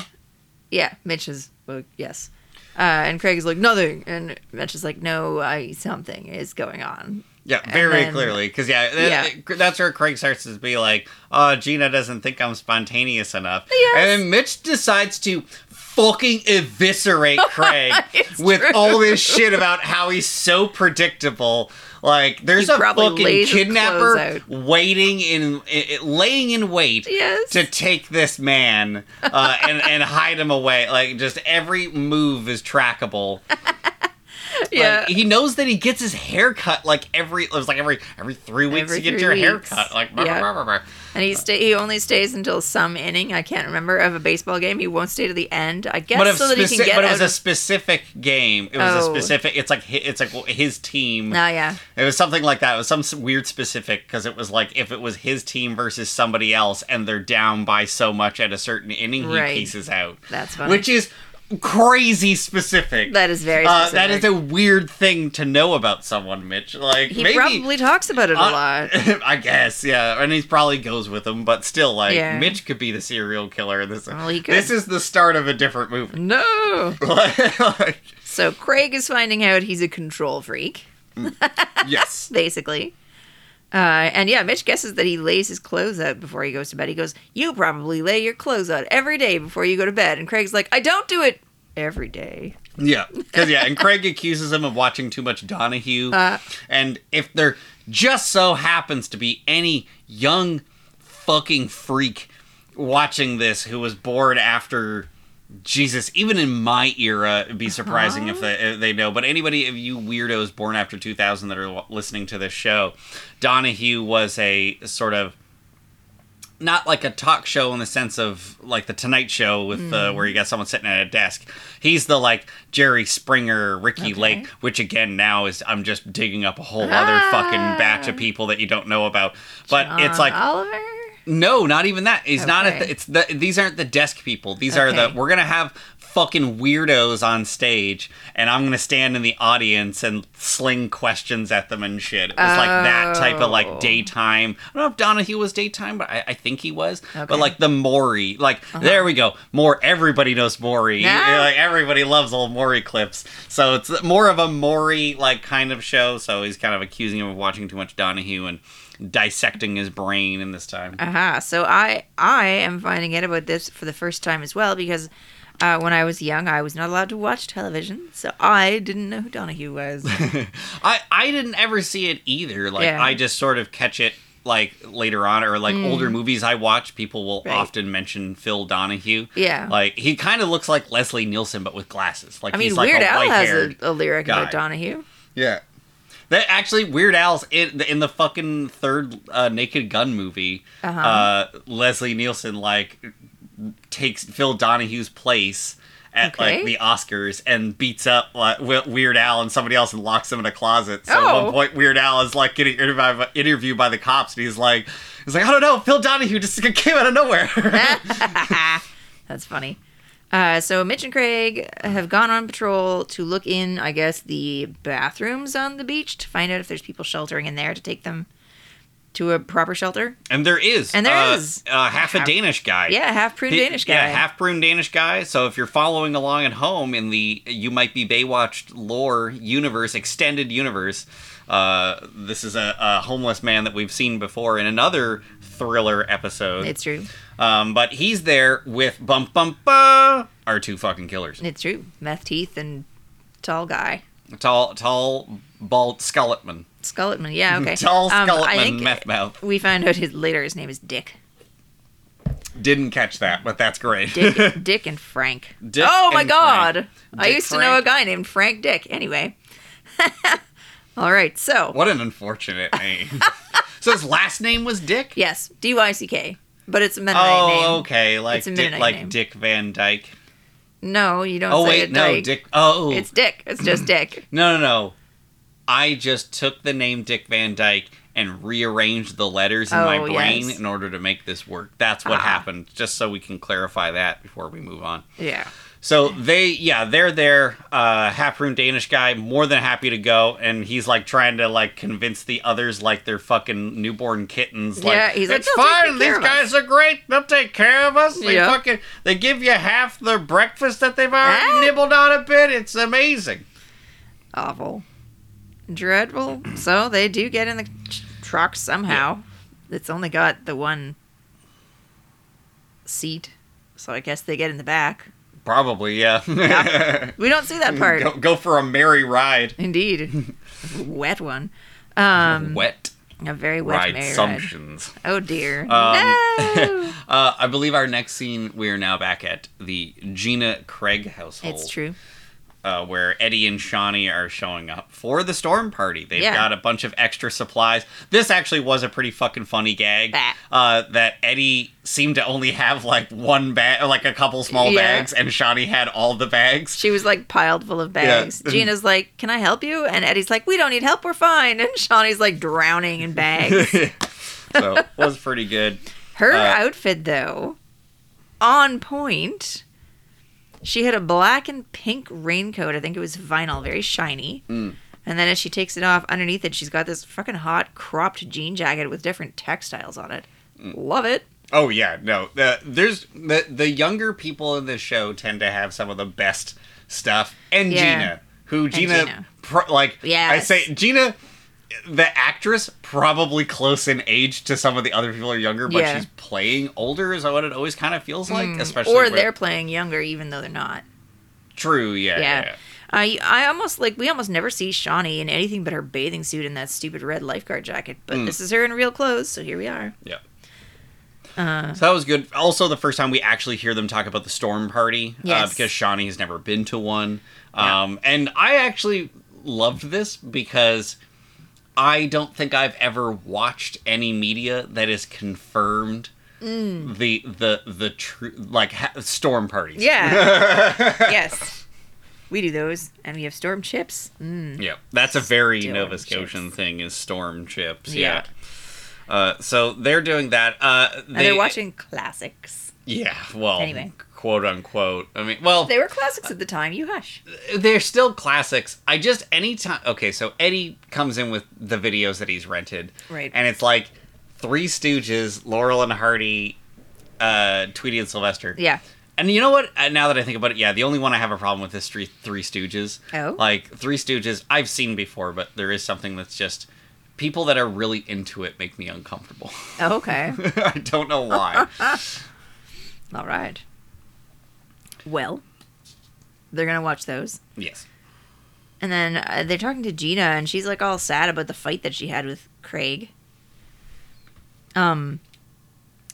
[SPEAKER 2] yeah, Mitch is, well, yes. Uh, and Craig is like, nothing. And Mitch is like, no, I, something is going on.
[SPEAKER 1] Yeah,
[SPEAKER 2] And
[SPEAKER 1] very
[SPEAKER 2] then-
[SPEAKER 1] clearly. Because, yeah, th-
[SPEAKER 2] Yeah.
[SPEAKER 1] th- that's where Craig starts to be like, oh, Gina doesn't think I'm spontaneous enough.
[SPEAKER 2] Yes.
[SPEAKER 1] And then Mitch decides to fucking eviscerate Craig
[SPEAKER 2] It's
[SPEAKER 1] with
[SPEAKER 2] true.
[SPEAKER 1] all this shit about how he's so predictable. Like, there's
[SPEAKER 2] He
[SPEAKER 1] a
[SPEAKER 2] probably
[SPEAKER 1] fucking
[SPEAKER 2] lays his
[SPEAKER 1] kidnapper
[SPEAKER 2] clothes out.
[SPEAKER 1] waiting in, i i- laying in wait
[SPEAKER 2] Yes.
[SPEAKER 1] to take this man uh, and, and hide him away. Like, just every move is trackable.
[SPEAKER 2] yeah.
[SPEAKER 1] Like, he knows that he gets his hair cut like every it was like every every three weeks
[SPEAKER 2] Every
[SPEAKER 1] you get
[SPEAKER 2] three
[SPEAKER 1] your hair
[SPEAKER 2] weeks.
[SPEAKER 1] cut. Like blah,
[SPEAKER 2] Yeah.
[SPEAKER 1] blah, blah, blah,
[SPEAKER 2] and he stay, he only stays until some inning, I can't remember, of a baseball game. He won't stay to the end, I guess,
[SPEAKER 1] But, if
[SPEAKER 2] so that he
[SPEAKER 1] speci-
[SPEAKER 2] can get
[SPEAKER 1] but it
[SPEAKER 2] out
[SPEAKER 1] was a
[SPEAKER 2] of-
[SPEAKER 1] specific game. It was a
[SPEAKER 2] Oh.
[SPEAKER 1] specific. It's like hi- it's like his team.
[SPEAKER 2] Oh, yeah.
[SPEAKER 1] It was something like that. It was some s- weird specific because it was like if it was his team versus somebody else and they're down by so much at a certain inning, he
[SPEAKER 2] Right.
[SPEAKER 1] pieces out.
[SPEAKER 2] That's funny.
[SPEAKER 1] Which is crazy specific.
[SPEAKER 2] That is very
[SPEAKER 1] Uh, that is
[SPEAKER 2] specific.
[SPEAKER 1] a weird thing to know about someone, Mitch. Like
[SPEAKER 2] He
[SPEAKER 1] maybe,
[SPEAKER 2] probably talks about it a
[SPEAKER 1] Uh,
[SPEAKER 2] lot.
[SPEAKER 1] I guess, yeah. And he probably goes with him, but still, like,
[SPEAKER 2] Yeah.
[SPEAKER 1] Mitch could be the serial killer. This,
[SPEAKER 2] Well, he
[SPEAKER 1] this
[SPEAKER 2] could.
[SPEAKER 1] is the start of a different movie.
[SPEAKER 2] No.
[SPEAKER 1] Like,
[SPEAKER 2] So Craig is finding out he's a control freak.
[SPEAKER 1] yes.
[SPEAKER 2] basically. Uh, and yeah, Mitch guesses that he lays his clothes out before he goes to bed. He goes, You probably lay your clothes out every day before you go to bed. And Craig's like, I don't do it every day.
[SPEAKER 1] Yeah. Because, yeah, and Craig accuses him of watching too much Donahue.
[SPEAKER 2] Uh.
[SPEAKER 1] and if there just so happens to be any young fucking freak watching this who was born after. Jesus, even in my era, it'd be surprising if, they, if they know. But anybody of you weirdos born after 2000 that are listening to this show, Donahue was a sort of not like a talk show in the sense of like the Tonight Show with uh, where you got someone sitting at a desk. He's the like Jerry Springer, Ricky
[SPEAKER 2] Okay.
[SPEAKER 1] Lake, which again now is I'm just digging up a whole
[SPEAKER 2] Ah.
[SPEAKER 1] other fucking batch of people that you don't know about. But it's
[SPEAKER 2] John
[SPEAKER 1] like
[SPEAKER 2] Uh, Oliver.
[SPEAKER 1] no, not even that. He's not at
[SPEAKER 2] Okay.
[SPEAKER 1] the, it's the these aren't the desk people. These are
[SPEAKER 2] Okay.
[SPEAKER 1] the we're gonna have fucking weirdos on stage and I'm gonna stand in the audience and sling questions at them and shit. It was like that type of
[SPEAKER 2] Oh.
[SPEAKER 1] like daytime. I don't know if Donahue was daytime, but I, I think he was.
[SPEAKER 2] Okay. Uh-huh.
[SPEAKER 1] But like the Maury, like there we go. More everybody knows Maury.
[SPEAKER 2] Yeah.
[SPEAKER 1] Like everybody loves old Maury clips. So it's more of a Maury like kind of show. So he's kind of accusing him of watching too much Donahue and dissecting his brain in this time.
[SPEAKER 2] Aha. Uh-huh. So I I am finding out about this for the first time as well because uh, when I was young, I was not allowed to watch television, so I didn't know who Donahue was.
[SPEAKER 1] I I didn't ever see it either. Like
[SPEAKER 2] Yeah. Mm.
[SPEAKER 1] I just sort of catch it like later on or like older movies I watch, people will
[SPEAKER 2] Right.
[SPEAKER 1] often mention Phil Donahue.
[SPEAKER 2] Yeah.
[SPEAKER 1] Like he kind of looks like Leslie Nielsen but with glasses. Like
[SPEAKER 2] I mean,
[SPEAKER 1] he's like
[SPEAKER 2] Weird
[SPEAKER 1] a
[SPEAKER 2] Al
[SPEAKER 1] white
[SPEAKER 2] has
[SPEAKER 1] haired.
[SPEAKER 2] a, a lyric
[SPEAKER 1] guy.
[SPEAKER 2] about Donahue.
[SPEAKER 1] Yeah. That actually Weird Al's in in the fucking third uh, Naked Gun movie. uh
[SPEAKER 2] Uh-huh.
[SPEAKER 1] Leslie Nielsen like takes Phil Donahue's place at
[SPEAKER 2] Okay.
[SPEAKER 1] like the Oscars and beats up like, We- Weird Al and somebody else and locks him in a closet. So
[SPEAKER 2] Oh.
[SPEAKER 1] at one point Weird Al is like getting interviewed by, interviewed by the cops and he's like he's like I don't know Phil Donahue just came out of nowhere.
[SPEAKER 2] That's funny. Uh, so Mitch and Craig have gone on patrol to look in, I guess, the bathrooms on the beach to find out if there's people sheltering in there to take them to a proper shelter.
[SPEAKER 1] and there is
[SPEAKER 2] And there
[SPEAKER 1] uh,
[SPEAKER 2] is.
[SPEAKER 1] uh, half a
[SPEAKER 2] Half-
[SPEAKER 1] Danish guy.
[SPEAKER 2] Yeah, half prune
[SPEAKER 1] He-
[SPEAKER 2] Danish guy.
[SPEAKER 1] Yeah, half prune Danish guy. So if you're following along at home in the you might be Baywatch lore universe, extended universe, uh, this is a, a homeless man that we've seen before in another thriller episode.
[SPEAKER 2] It's true.
[SPEAKER 1] um, but he's there with bump bump ba, our two fucking killers,
[SPEAKER 2] It's true. Meth teeth and tall guy.
[SPEAKER 1] tall tall bald skeletman,
[SPEAKER 2] Skeleton. Yeah, okay.
[SPEAKER 1] tall
[SPEAKER 2] Um,
[SPEAKER 1] skeletman
[SPEAKER 2] I think
[SPEAKER 1] meth mouth.
[SPEAKER 2] we found out his later his name is Dick.
[SPEAKER 1] Didn't catch that, but that's great.
[SPEAKER 2] Dick, Dick and Frank.
[SPEAKER 1] Dick
[SPEAKER 2] oh my
[SPEAKER 1] and
[SPEAKER 2] God!
[SPEAKER 1] Frank.
[SPEAKER 2] I
[SPEAKER 1] Dick
[SPEAKER 2] used to know a
[SPEAKER 1] Frank.
[SPEAKER 2] guy named Frank Dick. Anyway, all right. So
[SPEAKER 1] what an unfortunate name. so his last name was Dick.
[SPEAKER 2] yes, D Y C K, but it's a Mennonite
[SPEAKER 1] Oh,
[SPEAKER 2] name.
[SPEAKER 1] okay, like
[SPEAKER 2] It's a
[SPEAKER 1] Dick,
[SPEAKER 2] Mennonite
[SPEAKER 1] like
[SPEAKER 2] name.
[SPEAKER 1] Dick Van Dyke.
[SPEAKER 2] No, you don't.
[SPEAKER 1] Oh
[SPEAKER 2] say
[SPEAKER 1] wait,
[SPEAKER 2] it
[SPEAKER 1] no,
[SPEAKER 2] Dyke.
[SPEAKER 1] Dick. Oh,
[SPEAKER 2] It's Dick. It's just Dick.
[SPEAKER 1] no, no, no. I just took the name Dick Van Dyke and rearranged the letters in my
[SPEAKER 2] Oh,
[SPEAKER 1] brain
[SPEAKER 2] yes.
[SPEAKER 1] in order to make this work. That's what
[SPEAKER 2] Ah.
[SPEAKER 1] happened. Just so we can clarify that before we move on.
[SPEAKER 2] Yeah.
[SPEAKER 1] So they, yeah, they're there. Uh, half room Danish guy, more than happy to go, and he's like trying to like convince the others, like they're fucking newborn kittens. Like,
[SPEAKER 2] Yeah, he's like,
[SPEAKER 1] it's
[SPEAKER 2] "They'll take
[SPEAKER 1] fine.
[SPEAKER 2] good
[SPEAKER 1] These
[SPEAKER 2] care of us."
[SPEAKER 1] guys are great. They'll take care of us. They
[SPEAKER 2] Yeah.
[SPEAKER 1] fucking they give you half the breakfast that they've already
[SPEAKER 2] Ah.
[SPEAKER 1] nibbled on a bit. It's amazing.
[SPEAKER 2] Awful. Dreadful. So they do get in the tr- truck somehow. It's only got the one seat, so I guess they get in the back.
[SPEAKER 1] Probably, yeah.
[SPEAKER 2] We don't see that part.
[SPEAKER 1] go, go for a merry ride.
[SPEAKER 2] Indeed. wet one. Um,
[SPEAKER 1] Wet
[SPEAKER 2] a very wet
[SPEAKER 1] ride Um,
[SPEAKER 2] marriage.
[SPEAKER 1] assumptions.
[SPEAKER 2] Oh dear. no.
[SPEAKER 1] uh, I believe our next scene we are now back at the Gina Craig household.
[SPEAKER 2] it's true.
[SPEAKER 1] uh, where Eddie and Shawnee are showing up for the storm party. They've
[SPEAKER 2] Yeah.
[SPEAKER 1] got a bunch of extra supplies. This actually was a pretty fucking funny gag
[SPEAKER 2] Ah.
[SPEAKER 1] uh, that Eddie seemed to only have like one bag, like a couple small
[SPEAKER 2] Yeah.
[SPEAKER 1] bags, and Shawnee had all the bags.
[SPEAKER 2] She was like piled full of bags.
[SPEAKER 1] Yeah.
[SPEAKER 2] Gina's like, "Can I help you?" And Eddie's like, "We don't need help. We're fine." And Shawnee's like drowning in bags.
[SPEAKER 1] so it was pretty good.
[SPEAKER 2] Her
[SPEAKER 1] Uh,
[SPEAKER 2] outfit though, on point. She had a black and pink raincoat. I think it was vinyl, very shiny.
[SPEAKER 1] Mm.
[SPEAKER 2] And then as she takes it off, underneath it, she's got this fucking hot cropped jean jacket with different textiles on it.
[SPEAKER 1] Hmm.
[SPEAKER 2] Love it.
[SPEAKER 1] Oh yeah, no. The, there's the the younger people in this show tend to have some of the best stuff, and
[SPEAKER 2] Yeah.
[SPEAKER 1] Gina, who Gina,
[SPEAKER 2] Gina.
[SPEAKER 1] Pro, like I
[SPEAKER 2] Yes.
[SPEAKER 1] say, Gina, the actress, probably close in age to some of the other people who are younger, but
[SPEAKER 2] Yeah. Mm.
[SPEAKER 1] she's playing older is what it always kind of feels like, especially
[SPEAKER 2] or
[SPEAKER 1] with-
[SPEAKER 2] they're playing younger even though they're not
[SPEAKER 1] true, yeah, yeah.
[SPEAKER 2] yeah, I I almost like we almost never see Shawnee in anything but her bathing suit and that stupid red lifeguard jacket but this is her in real clothes so here we are
[SPEAKER 1] yeah.
[SPEAKER 2] Uh,
[SPEAKER 1] so that was good. Also, the first time we actually hear them talk about the storm party, uh,
[SPEAKER 2] Yes.
[SPEAKER 1] because Shawnee has never been to one. Um, And I actually loved this because I don't think I've ever watched any media that is confirmed
[SPEAKER 2] Mm.
[SPEAKER 1] the the the true like ha- storm parties.
[SPEAKER 2] Yeah. yes. We do those, and we have storm chips. Mm.
[SPEAKER 1] Yeah, that's a very
[SPEAKER 2] Storm
[SPEAKER 1] Nova
[SPEAKER 2] chips.
[SPEAKER 1] Scotian thing is storm chips. Yeah.
[SPEAKER 2] Yeah.
[SPEAKER 1] Uh, so they're doing that. Uh,
[SPEAKER 2] And they, are watching classics.
[SPEAKER 1] Yeah, well,
[SPEAKER 2] Anyway.
[SPEAKER 1] quote unquote. I mean, well,
[SPEAKER 2] They were classics at the time. You hush.
[SPEAKER 1] they're still classics. I just anytime okay, so Eddie comes in with the videos that he's rented.
[SPEAKER 2] Right.
[SPEAKER 1] And it's like Three Stooges, Laurel and Hardy, uh, Tweety and Sylvester.
[SPEAKER 2] Yeah.
[SPEAKER 1] And you know what? Uh, Now that I think about it, yeah, the only one I have a problem with is Three, three Stooges.
[SPEAKER 2] Oh.
[SPEAKER 1] Like Three Stooges I've seen before, but there is something that's just people that are really into it make me uncomfortable.
[SPEAKER 2] Oh, okay.
[SPEAKER 1] I don't know why.
[SPEAKER 2] All right. Well, they're gonna watch those,
[SPEAKER 1] yes.
[SPEAKER 2] and then uh, they're talking to Gina, and she's like all sad about the fight that she had with Craig. Um,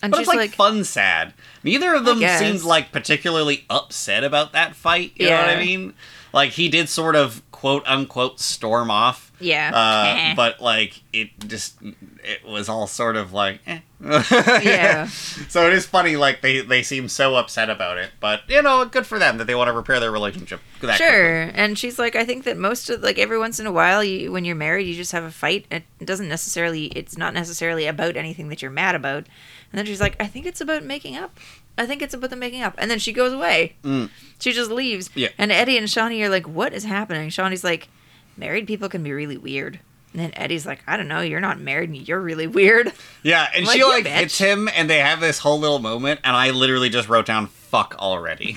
[SPEAKER 2] and
[SPEAKER 1] But
[SPEAKER 2] she's
[SPEAKER 1] it's like,
[SPEAKER 2] like,
[SPEAKER 1] fun sad. Neither of them
[SPEAKER 2] guess.
[SPEAKER 1] seemed like particularly upset about that fight. You know what
[SPEAKER 2] Yeah.
[SPEAKER 1] I mean? Like he did sort of quote unquote storm off.
[SPEAKER 2] yeah,
[SPEAKER 1] Uh, but like it just it was all sort of like eh.
[SPEAKER 2] Yeah.
[SPEAKER 1] so it is funny like they they seem so upset about it but you know good for them that they want to repair their relationship that quickly.
[SPEAKER 2] sure. And she's like, I think that most of like every once in a while, you, when you're married, you just have a fight. It doesn't necessarily, it's not necessarily about anything that you're mad about. And then she's like, I think it's about making up. I think it's about the making up. And then she goes away.
[SPEAKER 1] Mm.
[SPEAKER 2] She just leaves.
[SPEAKER 1] Yeah.
[SPEAKER 2] And Eddie and Shawnee are like, what is happening? Shawnee's like, married people can be really weird. And then Eddie's like, I don't know, you're not married and you're really weird.
[SPEAKER 1] yeah and
[SPEAKER 2] Like,
[SPEAKER 1] she
[SPEAKER 2] you
[SPEAKER 1] like
[SPEAKER 2] bitch.
[SPEAKER 1] hits him and they have this whole little moment and i literally just wrote down fuck already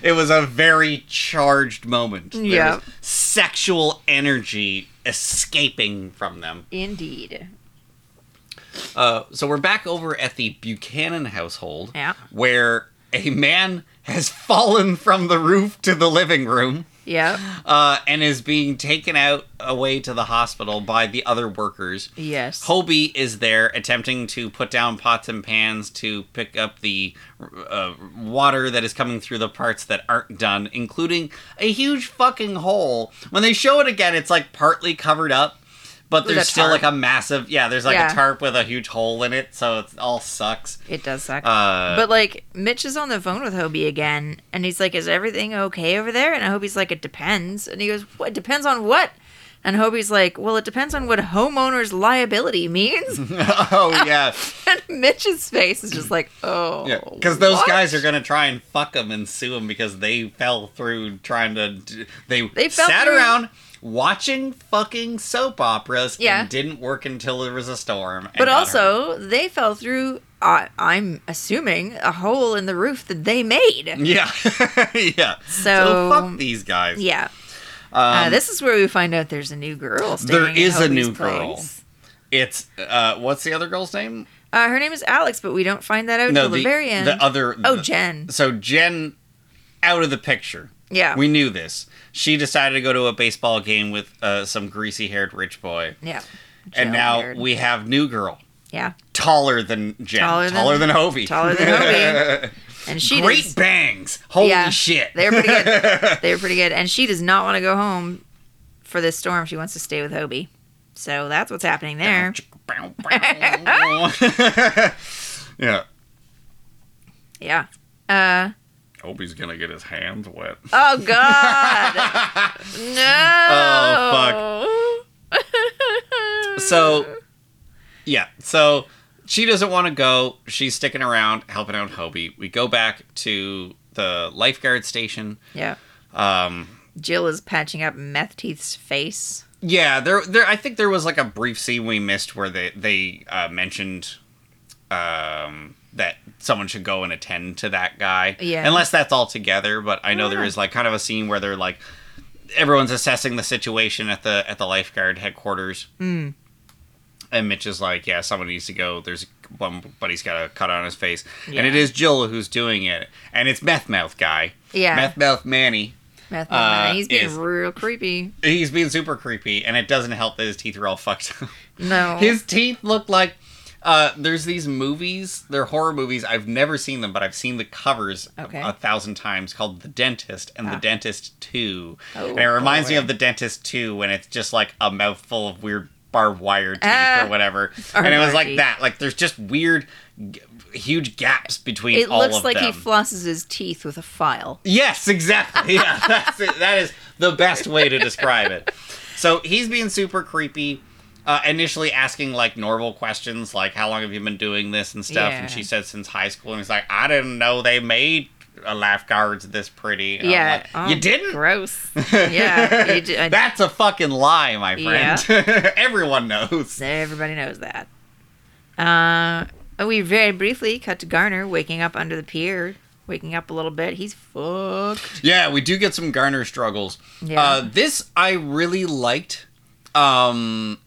[SPEAKER 1] it was a very charged moment There
[SPEAKER 2] Yeah.
[SPEAKER 1] was sexual energy escaping from them
[SPEAKER 2] Indeed.
[SPEAKER 1] Uh, so we're back over at the Buchanan household,
[SPEAKER 2] Yeah.
[SPEAKER 1] where a man has fallen from the roof to the living room
[SPEAKER 2] Yep.
[SPEAKER 1] uh, and is being taken out away to the hospital by the other workers.
[SPEAKER 2] Yes.
[SPEAKER 1] Hobie is there attempting to put down pots and pans to pick up the uh, water that is coming through the parts that aren't done, including a huge fucking hole. When they show it again, it's like partly covered up, but
[SPEAKER 2] With
[SPEAKER 1] there's
[SPEAKER 2] a
[SPEAKER 1] still
[SPEAKER 2] tarp.
[SPEAKER 1] like a massive yeah. There's like
[SPEAKER 2] Yeah.
[SPEAKER 1] a tarp with a huge hole in it, so it all sucks.
[SPEAKER 2] It does suck.
[SPEAKER 1] Uh,
[SPEAKER 2] but like Mitch is on the phone with Hobie again, and he's like, "Is everything okay over there?" And Hobie's like, "It depends." And he goes, "What depends on what?" And Hobie's like, "Well, it depends on what homeowner's liability means."
[SPEAKER 1] oh yeah,
[SPEAKER 2] and Mitch's face is just like, "Oh,
[SPEAKER 1] yeah, because those
[SPEAKER 2] what?"
[SPEAKER 1] guys are gonna try and fuck them and sue them because they fell through trying to. d- They
[SPEAKER 2] They fell
[SPEAKER 1] sat
[SPEAKER 2] through-
[SPEAKER 1] around watching fucking soap operas
[SPEAKER 2] Yeah.
[SPEAKER 1] and didn't work until there was a storm. and
[SPEAKER 2] But
[SPEAKER 1] got hurt.
[SPEAKER 2] also, they fell through. Uh, I'm assuming a hole in the roof that they made.
[SPEAKER 1] yeah, yeah.
[SPEAKER 2] So-
[SPEAKER 1] fuck these guys.
[SPEAKER 2] Yeah. uh,
[SPEAKER 1] Um,
[SPEAKER 2] this is where we find out there's a new girl. Staying
[SPEAKER 1] There
[SPEAKER 2] at
[SPEAKER 1] is a
[SPEAKER 2] Hobie's
[SPEAKER 1] new girl.
[SPEAKER 2] place.
[SPEAKER 1] it's uh, what's the other girl's name?
[SPEAKER 2] Uh, her name is Alex, but we don't find that out till the, very end.
[SPEAKER 1] The other.
[SPEAKER 2] Oh,
[SPEAKER 1] the-
[SPEAKER 2] Jen.
[SPEAKER 1] So Jen, out of the picture.
[SPEAKER 2] Yeah.
[SPEAKER 1] We knew this. She decided to go to a baseball game with uh, some greasy-haired rich boy,
[SPEAKER 2] yeah.
[SPEAKER 1] and now
[SPEAKER 2] Jailbird.
[SPEAKER 1] we have new girl,
[SPEAKER 2] Yeah.
[SPEAKER 1] taller than Jen,
[SPEAKER 2] Taller
[SPEAKER 1] taller,
[SPEAKER 2] than-
[SPEAKER 1] than, Hobie,
[SPEAKER 2] taller than Hobie. And she
[SPEAKER 1] Great
[SPEAKER 2] does,
[SPEAKER 1] bangs! Holy
[SPEAKER 2] Yeah.
[SPEAKER 1] shit!
[SPEAKER 2] They're pretty good. They're pretty good. And she does not want to go home for this storm. She wants to stay with Hobie. So that's what's happening there.
[SPEAKER 1] yeah.
[SPEAKER 2] Yeah. Uh
[SPEAKER 1] Hobie's gonna get his hands wet.
[SPEAKER 2] oh god. no.
[SPEAKER 1] Oh,
[SPEAKER 2] fuck.
[SPEAKER 1] So, yeah. So she doesn't want to go. She's sticking around, helping out Hobie. We go back to the lifeguard station.
[SPEAKER 2] Yeah.
[SPEAKER 1] Um,
[SPEAKER 2] Jill is patching up Meth Teeth's face.
[SPEAKER 1] yeah, there, there. I think there was like a brief scene we missed where they they uh, mentioned um, that someone should go and attend to that guy.
[SPEAKER 2] Yeah.
[SPEAKER 1] Unless that's all together, but I know there
[SPEAKER 2] Yeah.
[SPEAKER 1] is like kind of a scene where they're like everyone's assessing the situation at the at the lifeguard headquarters.
[SPEAKER 2] Mm.
[SPEAKER 1] And Mitch is like, yeah, someone needs to go. There's one buddy's got a cut on his face, and it
[SPEAKER 2] Yeah.
[SPEAKER 1] is Jill who's doing it, and it's Meth Mouth guy,
[SPEAKER 2] Yeah.
[SPEAKER 1] Meth Mouth Manny.
[SPEAKER 2] Meth
[SPEAKER 1] Uh,
[SPEAKER 2] He's getting
[SPEAKER 1] is-
[SPEAKER 2] real creepy.
[SPEAKER 1] He's being super creepy, and it doesn't help that his teeth are all fucked up.
[SPEAKER 2] No.
[SPEAKER 1] His teeth look like uh, there's these movies. They're horror movies. I've never seen them, but I've seen the covers a-
[SPEAKER 2] Okay.
[SPEAKER 1] a, thousand times. Called The Dentist and
[SPEAKER 2] Ah.
[SPEAKER 1] The Dentist Two,
[SPEAKER 2] Oh,
[SPEAKER 1] and it reminds me
[SPEAKER 2] boy.
[SPEAKER 1] of The Dentist Two when it's just like a mouthful of weird barbed wire teeth
[SPEAKER 2] Ah.
[SPEAKER 1] or whatever.
[SPEAKER 2] Or
[SPEAKER 1] and it was like
[SPEAKER 2] Margie.
[SPEAKER 1] that. Like there's just weird, g- huge gaps between
[SPEAKER 2] It
[SPEAKER 1] all
[SPEAKER 2] looks
[SPEAKER 1] of
[SPEAKER 2] like
[SPEAKER 1] them. Oh,
[SPEAKER 2] he flosses his teeth with a file.
[SPEAKER 1] Yes, exactly. Yeah, that's it. That is the best way to describe it. So he's being super creepy, uh, initially asking like normal questions, like how long have you been doing this and stuff.
[SPEAKER 2] Yeah.
[SPEAKER 1] And she said since high school. And he's like, I didn't know they made uh, laugh guards this pretty. And I'm
[SPEAKER 2] yeah.
[SPEAKER 1] like,
[SPEAKER 2] Oh,
[SPEAKER 1] you didn't.
[SPEAKER 2] Gross. Yeah. you d- I-
[SPEAKER 1] That's a fucking lie, my
[SPEAKER 2] Yeah.
[SPEAKER 1] friend. Everyone knows.
[SPEAKER 2] Everybody knows that. Uh, we very briefly cut to Garner waking up under the pier, waking up a little bit. He's fucked.
[SPEAKER 1] Yeah, we do get some Garner struggles.
[SPEAKER 2] Yeah.
[SPEAKER 1] Uh, this I really liked. Um,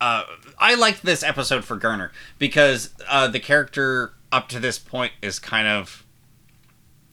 [SPEAKER 1] uh, I liked this episode for Garner because uh, the character up to this point is kind of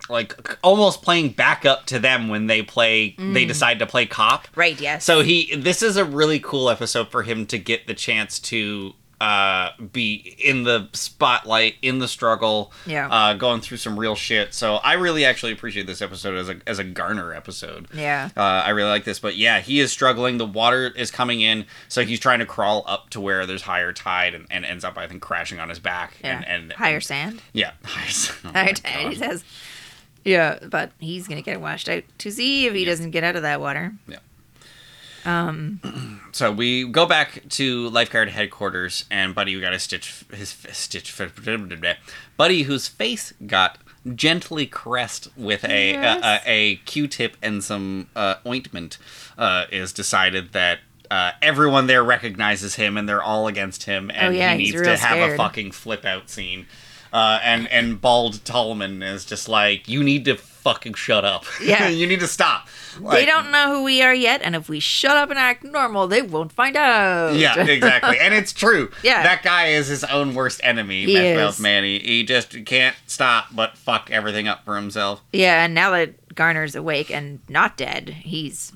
[SPEAKER 1] like almost playing back up to them when they play they decide to play cop.
[SPEAKER 2] Right, yes.
[SPEAKER 1] So he this is a really cool episode for him to get the chance to uh be in the spotlight in the struggle
[SPEAKER 2] Yeah.
[SPEAKER 1] uh going through some real shit so i really actually appreciate this episode as a as a garner episode
[SPEAKER 2] yeah.
[SPEAKER 1] uh i really like this but yeah he is struggling the water is coming in so he's trying to crawl up to where there's higher tide and, and ends up i think crashing on his back
[SPEAKER 2] Yeah.
[SPEAKER 1] and, and
[SPEAKER 2] higher sand.
[SPEAKER 1] yeah higher sand. Oh my
[SPEAKER 2] Higher tide, he
[SPEAKER 1] God.
[SPEAKER 2] says. Yeah, but he's gonna get washed out to sea if he doesn't get out of that water.
[SPEAKER 1] Um, so we go back to lifeguard headquarters, and Buddy, we got to stitch his f- stitch. f- Buddy, whose face got gently caressed with a
[SPEAKER 2] Yes.
[SPEAKER 1] a, a, a Q-tip and some uh, ointment, uh, is decided that. Uh, everyone there recognizes him, and they're all against him, and
[SPEAKER 2] Oh, yeah,
[SPEAKER 1] he
[SPEAKER 2] he's
[SPEAKER 1] needs
[SPEAKER 2] real
[SPEAKER 1] to have a
[SPEAKER 2] scared.
[SPEAKER 1] fucking flip out scene. Uh, and and bald Tallman is just like, you need to fucking shut up.
[SPEAKER 2] Yeah.
[SPEAKER 1] you need to stop.
[SPEAKER 2] they
[SPEAKER 1] Like-
[SPEAKER 2] don't know who we are yet, and if we shut up and act normal, they won't find out.
[SPEAKER 1] Yeah, exactly. and it's true.
[SPEAKER 2] Yeah.
[SPEAKER 1] That guy is his own worst enemy,
[SPEAKER 2] He
[SPEAKER 1] Meth Mouth
[SPEAKER 2] is.
[SPEAKER 1] Manny. He just can't stop but fuck everything up for himself.
[SPEAKER 2] Yeah, and now that Garner's awake and not dead, he's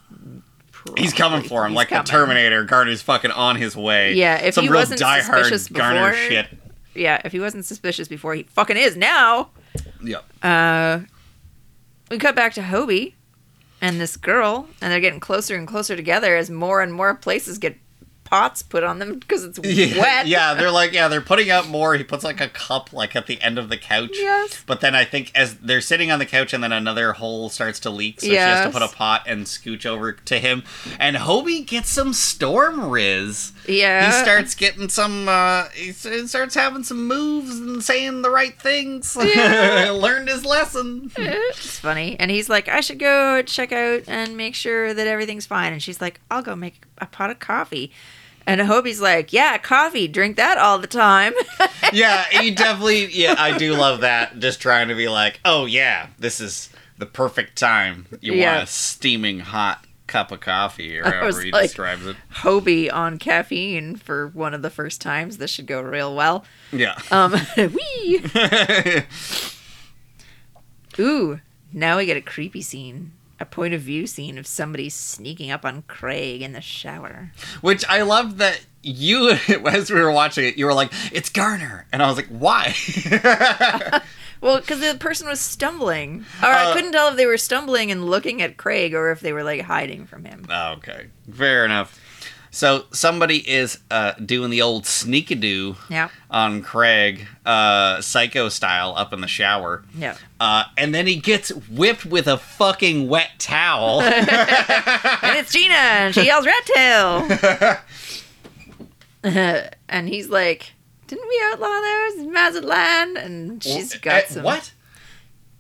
[SPEAKER 1] He's coming for him
[SPEAKER 2] Oh, he's
[SPEAKER 1] like
[SPEAKER 2] coming.
[SPEAKER 1] the Terminator. Garner's fucking on his way.
[SPEAKER 2] Yeah, if
[SPEAKER 1] Some
[SPEAKER 2] he
[SPEAKER 1] real
[SPEAKER 2] wasn't
[SPEAKER 1] diehard
[SPEAKER 2] suspicious
[SPEAKER 1] Garner
[SPEAKER 2] before-
[SPEAKER 1] shit.
[SPEAKER 2] Yeah, if he wasn't suspicious before, he fucking is now.
[SPEAKER 1] Yep.
[SPEAKER 2] Uh, we cut back to Hobie and this girl, and they're getting closer and closer together as more and more places get pots put on them because it's
[SPEAKER 1] Yeah,
[SPEAKER 2] wet.
[SPEAKER 1] yeah, they're like, yeah, they're putting out more. He puts like a cup like at the end of the couch.
[SPEAKER 2] Yes.
[SPEAKER 1] But then I think as they're sitting on the couch and then another hole starts to leak, so she has to
[SPEAKER 2] Yes.
[SPEAKER 1] put a pot and scooch over to him. And Hobie gets some storm riz.
[SPEAKER 2] Yeah.
[SPEAKER 1] he starts getting some uh he s- he starts having some moves and saying the right things
[SPEAKER 2] Yeah.
[SPEAKER 1] learned his lesson
[SPEAKER 2] It's funny. And he's like, I should go check out and make sure that everything's fine. And she's like, I'll go make a pot of coffee. And Hobie's like, Yeah, coffee. Drink that all the time.
[SPEAKER 1] yeah he definitely yeah i do love that just trying to be like oh yeah this is the perfect time you
[SPEAKER 2] Yeah.
[SPEAKER 1] want a steaming hot cup of coffee or
[SPEAKER 2] I was
[SPEAKER 1] however he
[SPEAKER 2] like-
[SPEAKER 1] describes it
[SPEAKER 2] Hobie on caffeine for one of the first times. This should go real well.
[SPEAKER 1] yeah
[SPEAKER 2] Um, wee. Ooh, now we get a creepy scene, a point of view scene of somebody sneaking up on Craig in the shower.
[SPEAKER 1] which i love that you as we were watching it you were like it's garner and i was like why
[SPEAKER 2] Well, because the person was stumbling, or I
[SPEAKER 1] Uh,
[SPEAKER 2] couldn't tell if they were stumbling and looking at Craig, or if they were like hiding from him.
[SPEAKER 1] Oh, okay. Fair enough. So somebody is uh, doing the old sneakadoo
[SPEAKER 2] Yeah,
[SPEAKER 1] on Craig, uh, psycho style, up in the shower.
[SPEAKER 2] yeah.
[SPEAKER 1] Uh, and then he gets whipped with a fucking wet towel.
[SPEAKER 2] and it's Gina, and she yells "rat tail," and he's like, "Didn't we outlaw those in Mazatlan?" And she's got
[SPEAKER 1] Eh,
[SPEAKER 2] some
[SPEAKER 1] What?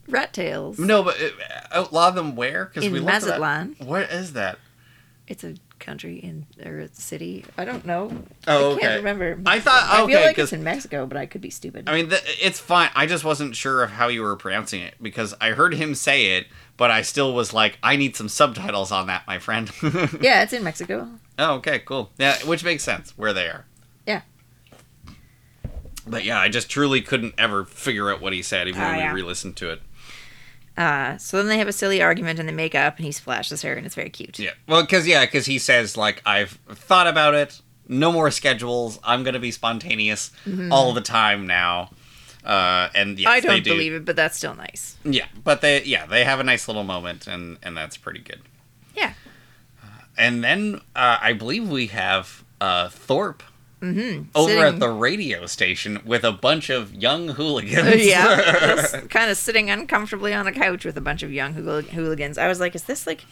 [SPEAKER 2] rat tails.
[SPEAKER 1] No, but uh, outlaw them where? Because
[SPEAKER 2] In
[SPEAKER 1] we looked at
[SPEAKER 2] Mazatlan.
[SPEAKER 1] that. What is that?
[SPEAKER 2] It's a country in or a city. I don't know.
[SPEAKER 1] Oh,
[SPEAKER 2] I
[SPEAKER 1] okay.
[SPEAKER 2] can't remember.
[SPEAKER 1] I thought-
[SPEAKER 2] I feel
[SPEAKER 1] okay,
[SPEAKER 2] like
[SPEAKER 1] 'cause-
[SPEAKER 2] it's in Mexico, but I could be stupid.
[SPEAKER 1] I mean, th- it's fine. I just wasn't sure of how you were pronouncing it because I heard him say it, but I still was like, I need some subtitles on that, my friend. oh,
[SPEAKER 2] yeah, it's in Mexico.
[SPEAKER 1] okay, cool. Yeah, which makes sense where they are.
[SPEAKER 2] Yeah.
[SPEAKER 1] But yeah, I just truly couldn't ever figure out what he said, even
[SPEAKER 2] Oh,
[SPEAKER 1] when
[SPEAKER 2] yeah.
[SPEAKER 1] we re-listened to it.
[SPEAKER 2] Uh, so then they have a silly argument and they make up and he splashes her and it's very cute.
[SPEAKER 1] Yeah, well, because yeah, because he says like I've thought about it. No more schedules. I'm gonna be spontaneous all the time now. Uh, and yes,
[SPEAKER 2] Mm-hmm. I
[SPEAKER 1] they
[SPEAKER 2] don't
[SPEAKER 1] do.
[SPEAKER 2] believe it, but that's still nice.
[SPEAKER 1] Yeah, but they yeah they have a nice little moment, and and that's pretty good.
[SPEAKER 2] Yeah.
[SPEAKER 1] And then uh, I believe we have uh, Thorpe
[SPEAKER 2] Mm-hmm.
[SPEAKER 1] over at the radio station with a bunch of young hooligans.
[SPEAKER 2] yeah, kind of sitting uncomfortably on a couch with a bunch of young hooli- hooligans. I was like, is this like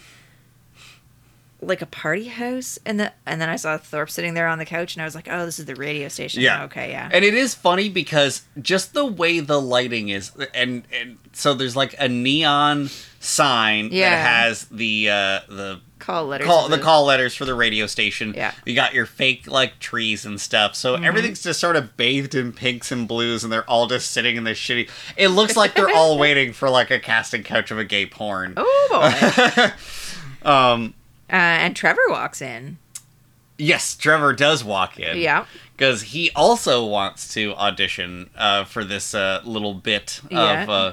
[SPEAKER 2] like a party house? And the and then I saw Thorpe sitting there on the couch, and I was like, oh, this is the radio station.
[SPEAKER 1] Yeah.
[SPEAKER 2] Okay. Yeah.
[SPEAKER 1] And it is funny because just the way the lighting is, and, and so there's like a neon sign that
[SPEAKER 2] Yeah.
[SPEAKER 1] has the uh, the
[SPEAKER 2] call letters.
[SPEAKER 1] call
[SPEAKER 2] of
[SPEAKER 1] the call letters for the radio station.
[SPEAKER 2] Yeah. Mm-hmm.
[SPEAKER 1] you got your fake like trees and stuff. So everything's just sort of bathed in pinks and blues, and they're all just sitting in this shitty. It looks like they're all waiting for like a casting couch of a gay porn.
[SPEAKER 2] Oh boy.
[SPEAKER 1] Um,
[SPEAKER 2] uh, and Trevor walks in.
[SPEAKER 1] yes, Trevor does walk in.
[SPEAKER 2] Yeah.
[SPEAKER 1] because he also wants to audition uh, for this uh, little bit
[SPEAKER 2] Yeah.
[SPEAKER 1] of uh,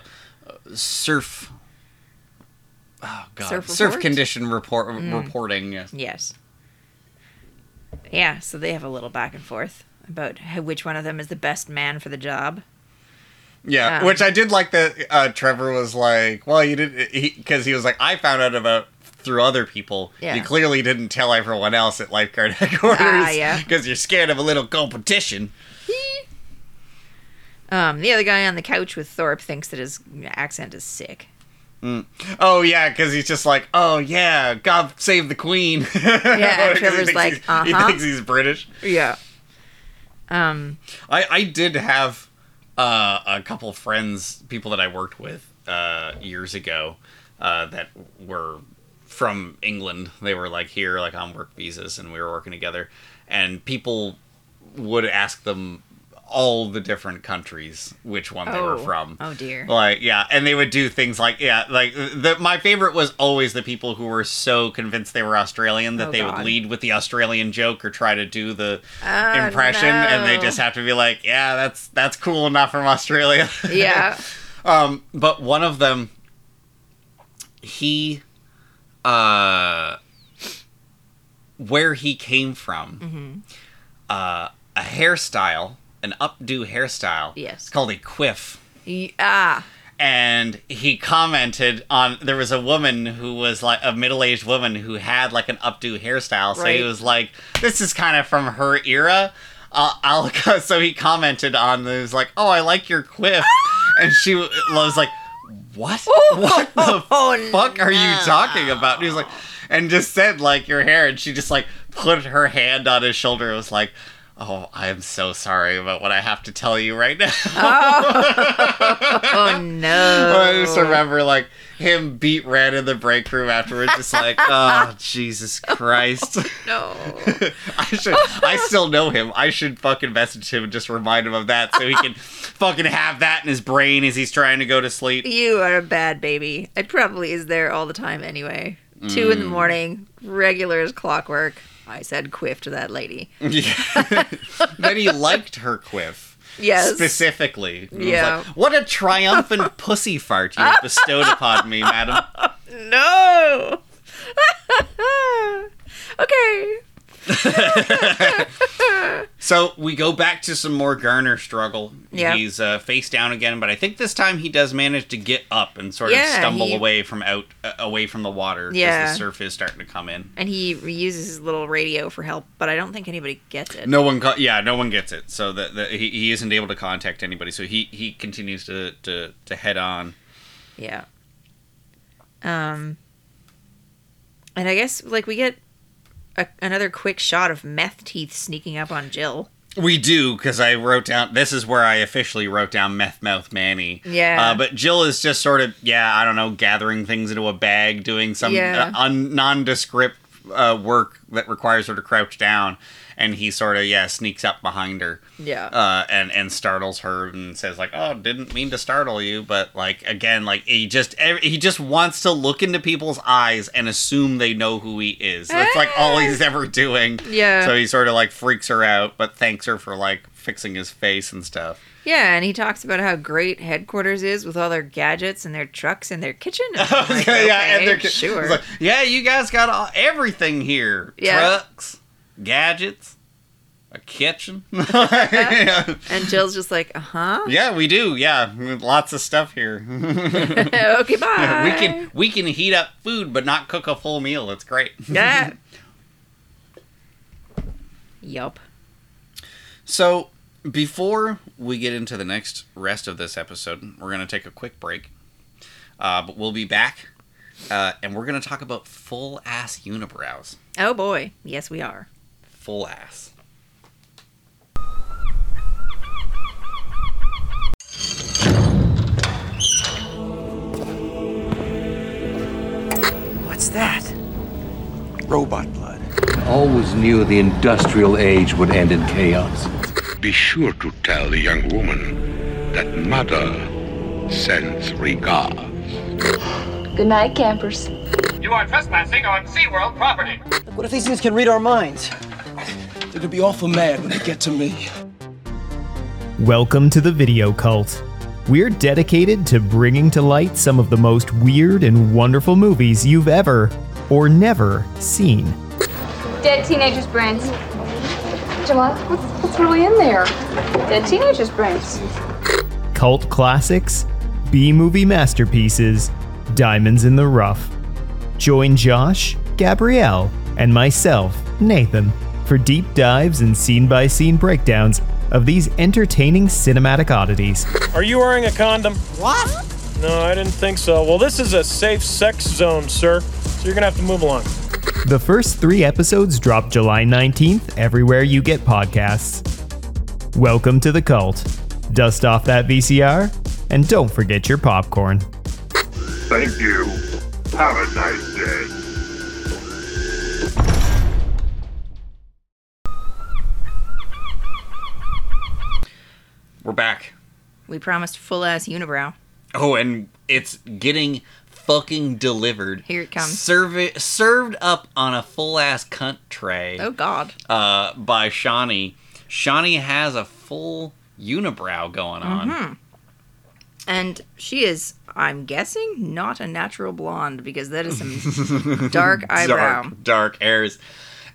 [SPEAKER 1] surf. Oh god, surf,
[SPEAKER 2] Surf report? Mm.
[SPEAKER 1] condition report reporting. yes.
[SPEAKER 2] Yes. Yeah. So they have a little back and forth about h- which one of them is the best man for the job.
[SPEAKER 1] Yeah,
[SPEAKER 2] Um,
[SPEAKER 1] which I did like that. Uh, Trevor was like, "Well, you didn't," because he, was like, "I found out about." Through other people,
[SPEAKER 2] Yeah. Ah,
[SPEAKER 1] you clearly didn't tell everyone else at lifeguard headquarters
[SPEAKER 2] yeah.
[SPEAKER 1] because you're scared of a little competition.
[SPEAKER 2] Um, the other guy on the couch with Thorpe thinks that his accent is sick.
[SPEAKER 1] Oh yeah, because he's just like, oh yeah, God save the queen.
[SPEAKER 2] Yeah, and
[SPEAKER 1] 'Cause he
[SPEAKER 2] Trevor's
[SPEAKER 1] thinks
[SPEAKER 2] like,
[SPEAKER 1] he's- he
[SPEAKER 2] "Uh-huh."
[SPEAKER 1] thinks he's British.
[SPEAKER 2] Yeah. Um.
[SPEAKER 1] I, I did have uh, a couple friends, people that I worked with uh, years ago, uh, that were from England. They were like here, like on work visas, and we were working together. And people would ask them all the different countries which one they were
[SPEAKER 2] Oh.
[SPEAKER 1] from.
[SPEAKER 2] Oh, dear.
[SPEAKER 1] Like yeah, and they would do things like yeah, like the my favorite was always the people who were so convinced they were Australian that
[SPEAKER 2] Oh,
[SPEAKER 1] they would
[SPEAKER 2] God.
[SPEAKER 1] lead with the Australian joke or try to do the
[SPEAKER 2] Oh,
[SPEAKER 1] impression and they
[SPEAKER 2] no.
[SPEAKER 1] just have to be like yeah that's that's cool enough from australia
[SPEAKER 2] Yeah.
[SPEAKER 1] um but one of them he uh where he came from
[SPEAKER 2] Mm-hmm.
[SPEAKER 1] uh a hairstyle an updo hairstyle
[SPEAKER 2] Yes.
[SPEAKER 1] it's called a quiff
[SPEAKER 2] Y- ah.
[SPEAKER 1] and he commented on there was a woman who was like a middle-aged woman who had like an updo hairstyle so he
[SPEAKER 2] Right.
[SPEAKER 1] was like this is kind of from her era uh, I'll go. so he commented on it was like oh I like your quiff and she w- was like what what the
[SPEAKER 2] Oh,
[SPEAKER 1] fuck are you
[SPEAKER 2] no.
[SPEAKER 1] talking about and he was like and just said like your hair and she just like put her hand on his shoulder and was like oh I'm so sorry about what I have to tell you right now
[SPEAKER 2] Oh no.
[SPEAKER 1] I just remember like him beat red in the break room afterwards, just like, oh Jesus Christ.
[SPEAKER 2] No.
[SPEAKER 1] I should I still know him. I should fucking message him and just remind him of that so he can fucking have that in his brain as he's trying to go to sleep.
[SPEAKER 2] You are a bad baby. It probably is there all the time anyway. Two in the morning, regular as clockwork. I said quiff to that lady.
[SPEAKER 1] Yeah. then he liked her quiff.
[SPEAKER 2] Yes.
[SPEAKER 1] Specifically. He was
[SPEAKER 2] Yeah.
[SPEAKER 1] like, what a triumphant pussy fart you have bestowed upon me, madam.
[SPEAKER 2] No. okay.
[SPEAKER 1] So we go back to some more Garner struggle.
[SPEAKER 2] Yeah.
[SPEAKER 1] He's uh, face down again, but I think this time he does manage to get up and sort of
[SPEAKER 2] Yeah,
[SPEAKER 1] stumble
[SPEAKER 2] he-
[SPEAKER 1] away from out uh, away from the water because
[SPEAKER 2] Yeah.
[SPEAKER 1] the surf is starting to come in.
[SPEAKER 2] And he reuses his little radio for help, but I don't think anybody gets it.
[SPEAKER 1] No one, co- yeah, no one gets it. So that that he, he isn't able to contact anybody. So he he continues to to, to head on.
[SPEAKER 2] Yeah. Um. And I guess like we get a, another quick shot of meth teeth sneaking up on Jill.
[SPEAKER 1] We do because I wrote down. This is where I officially wrote down meth mouth Manny.
[SPEAKER 2] Yeah.
[SPEAKER 1] Uh, but Jill is just sort of yeah, I don't know, gathering things into a bag, doing some
[SPEAKER 2] Yeah.
[SPEAKER 1] uh, un- nondescript uh, work that requires her to crouch down, and he sort of yeah sneaks up behind her.
[SPEAKER 2] Yeah.
[SPEAKER 1] Uh, and and startles her and says like, "Oh, didn't mean to startle you," but like again, like he just ev- he just wants to look into people's eyes and assume they know who he is. That's like
[SPEAKER 2] Ah.
[SPEAKER 1] all he's ever doing.
[SPEAKER 2] Yeah.
[SPEAKER 1] So he sort of like freaks her out, but thanks her for like fixing his face and stuff.
[SPEAKER 2] Yeah, and he talks about how great headquarters is with all their gadgets and their trucks and their kitchen. And I'm like, okay,
[SPEAKER 1] they're-
[SPEAKER 2] sure.
[SPEAKER 1] it's like, yeah, you guys got all, everything here:
[SPEAKER 2] Yeah.
[SPEAKER 1] trucks, gadgets, a kitchen. yeah.
[SPEAKER 2] and Jill's just like, uh huh.
[SPEAKER 1] we do. Yeah, lots of stuff here. we
[SPEAKER 2] okay, bye.
[SPEAKER 1] can we can heat up food, but not cook a full meal. It's great.
[SPEAKER 2] Yeah. Yup.
[SPEAKER 1] So, before we get into the next rest of this episode, we're going to take a quick break. Uh, but we'll be back, uh, and we're going to talk about full ass unibrows.
[SPEAKER 2] Oh boy. Yes, we are.
[SPEAKER 1] Full ass.
[SPEAKER 2] What's that?
[SPEAKER 3] Robot blood.
[SPEAKER 4] always knew the industrial age would end in chaos.
[SPEAKER 5] Be sure to tell the young woman that mother sends regards.
[SPEAKER 6] Good night, campers.
[SPEAKER 7] You are trespassing on SeaWorld property.
[SPEAKER 8] What if these things can read our minds? They're gonna be awful mad when they get to me.
[SPEAKER 9] Welcome to the Video Cult. We're dedicated to bringing to light some of the most weird and wonderful movies you've ever or never seen.
[SPEAKER 6] Dead teenagers' brains. Jamal, what's, what's really in there? Dead teenagers' brains.
[SPEAKER 9] Cult classics, B movie masterpieces, diamonds in the rough. Join Josh, Gabrielle, and myself, Nathan, for deep dives and scene by scene breakdowns of these entertaining cinematic oddities.
[SPEAKER 10] Are you wearing a condom? What? No, I didn't think so. Well, this is a safe sex zone, sir. So you're gonna have to move along.
[SPEAKER 9] The first three episodes drop July 19th everywhere you get podcasts. Welcome to the cult. Dust off that VCR and don't forget your popcorn.
[SPEAKER 5] Thank you. Have a nice day.
[SPEAKER 1] We're back.
[SPEAKER 2] We promised full ass unibrow.
[SPEAKER 1] Oh, and it's getting fucking delivered.
[SPEAKER 2] Here it comes.
[SPEAKER 1] Serve- served up on a full ass cunt tray
[SPEAKER 2] Oh god.
[SPEAKER 1] uh, by Shawnee. Shawnee has a full unibrow going on.
[SPEAKER 2] Mm-hmm. And she is, I'm guessing, not a natural blonde because that is some dark eyebrow.
[SPEAKER 1] dark, dark hairs.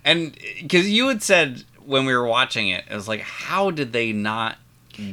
[SPEAKER 1] And because you had said when we were watching it, it was like, how did they not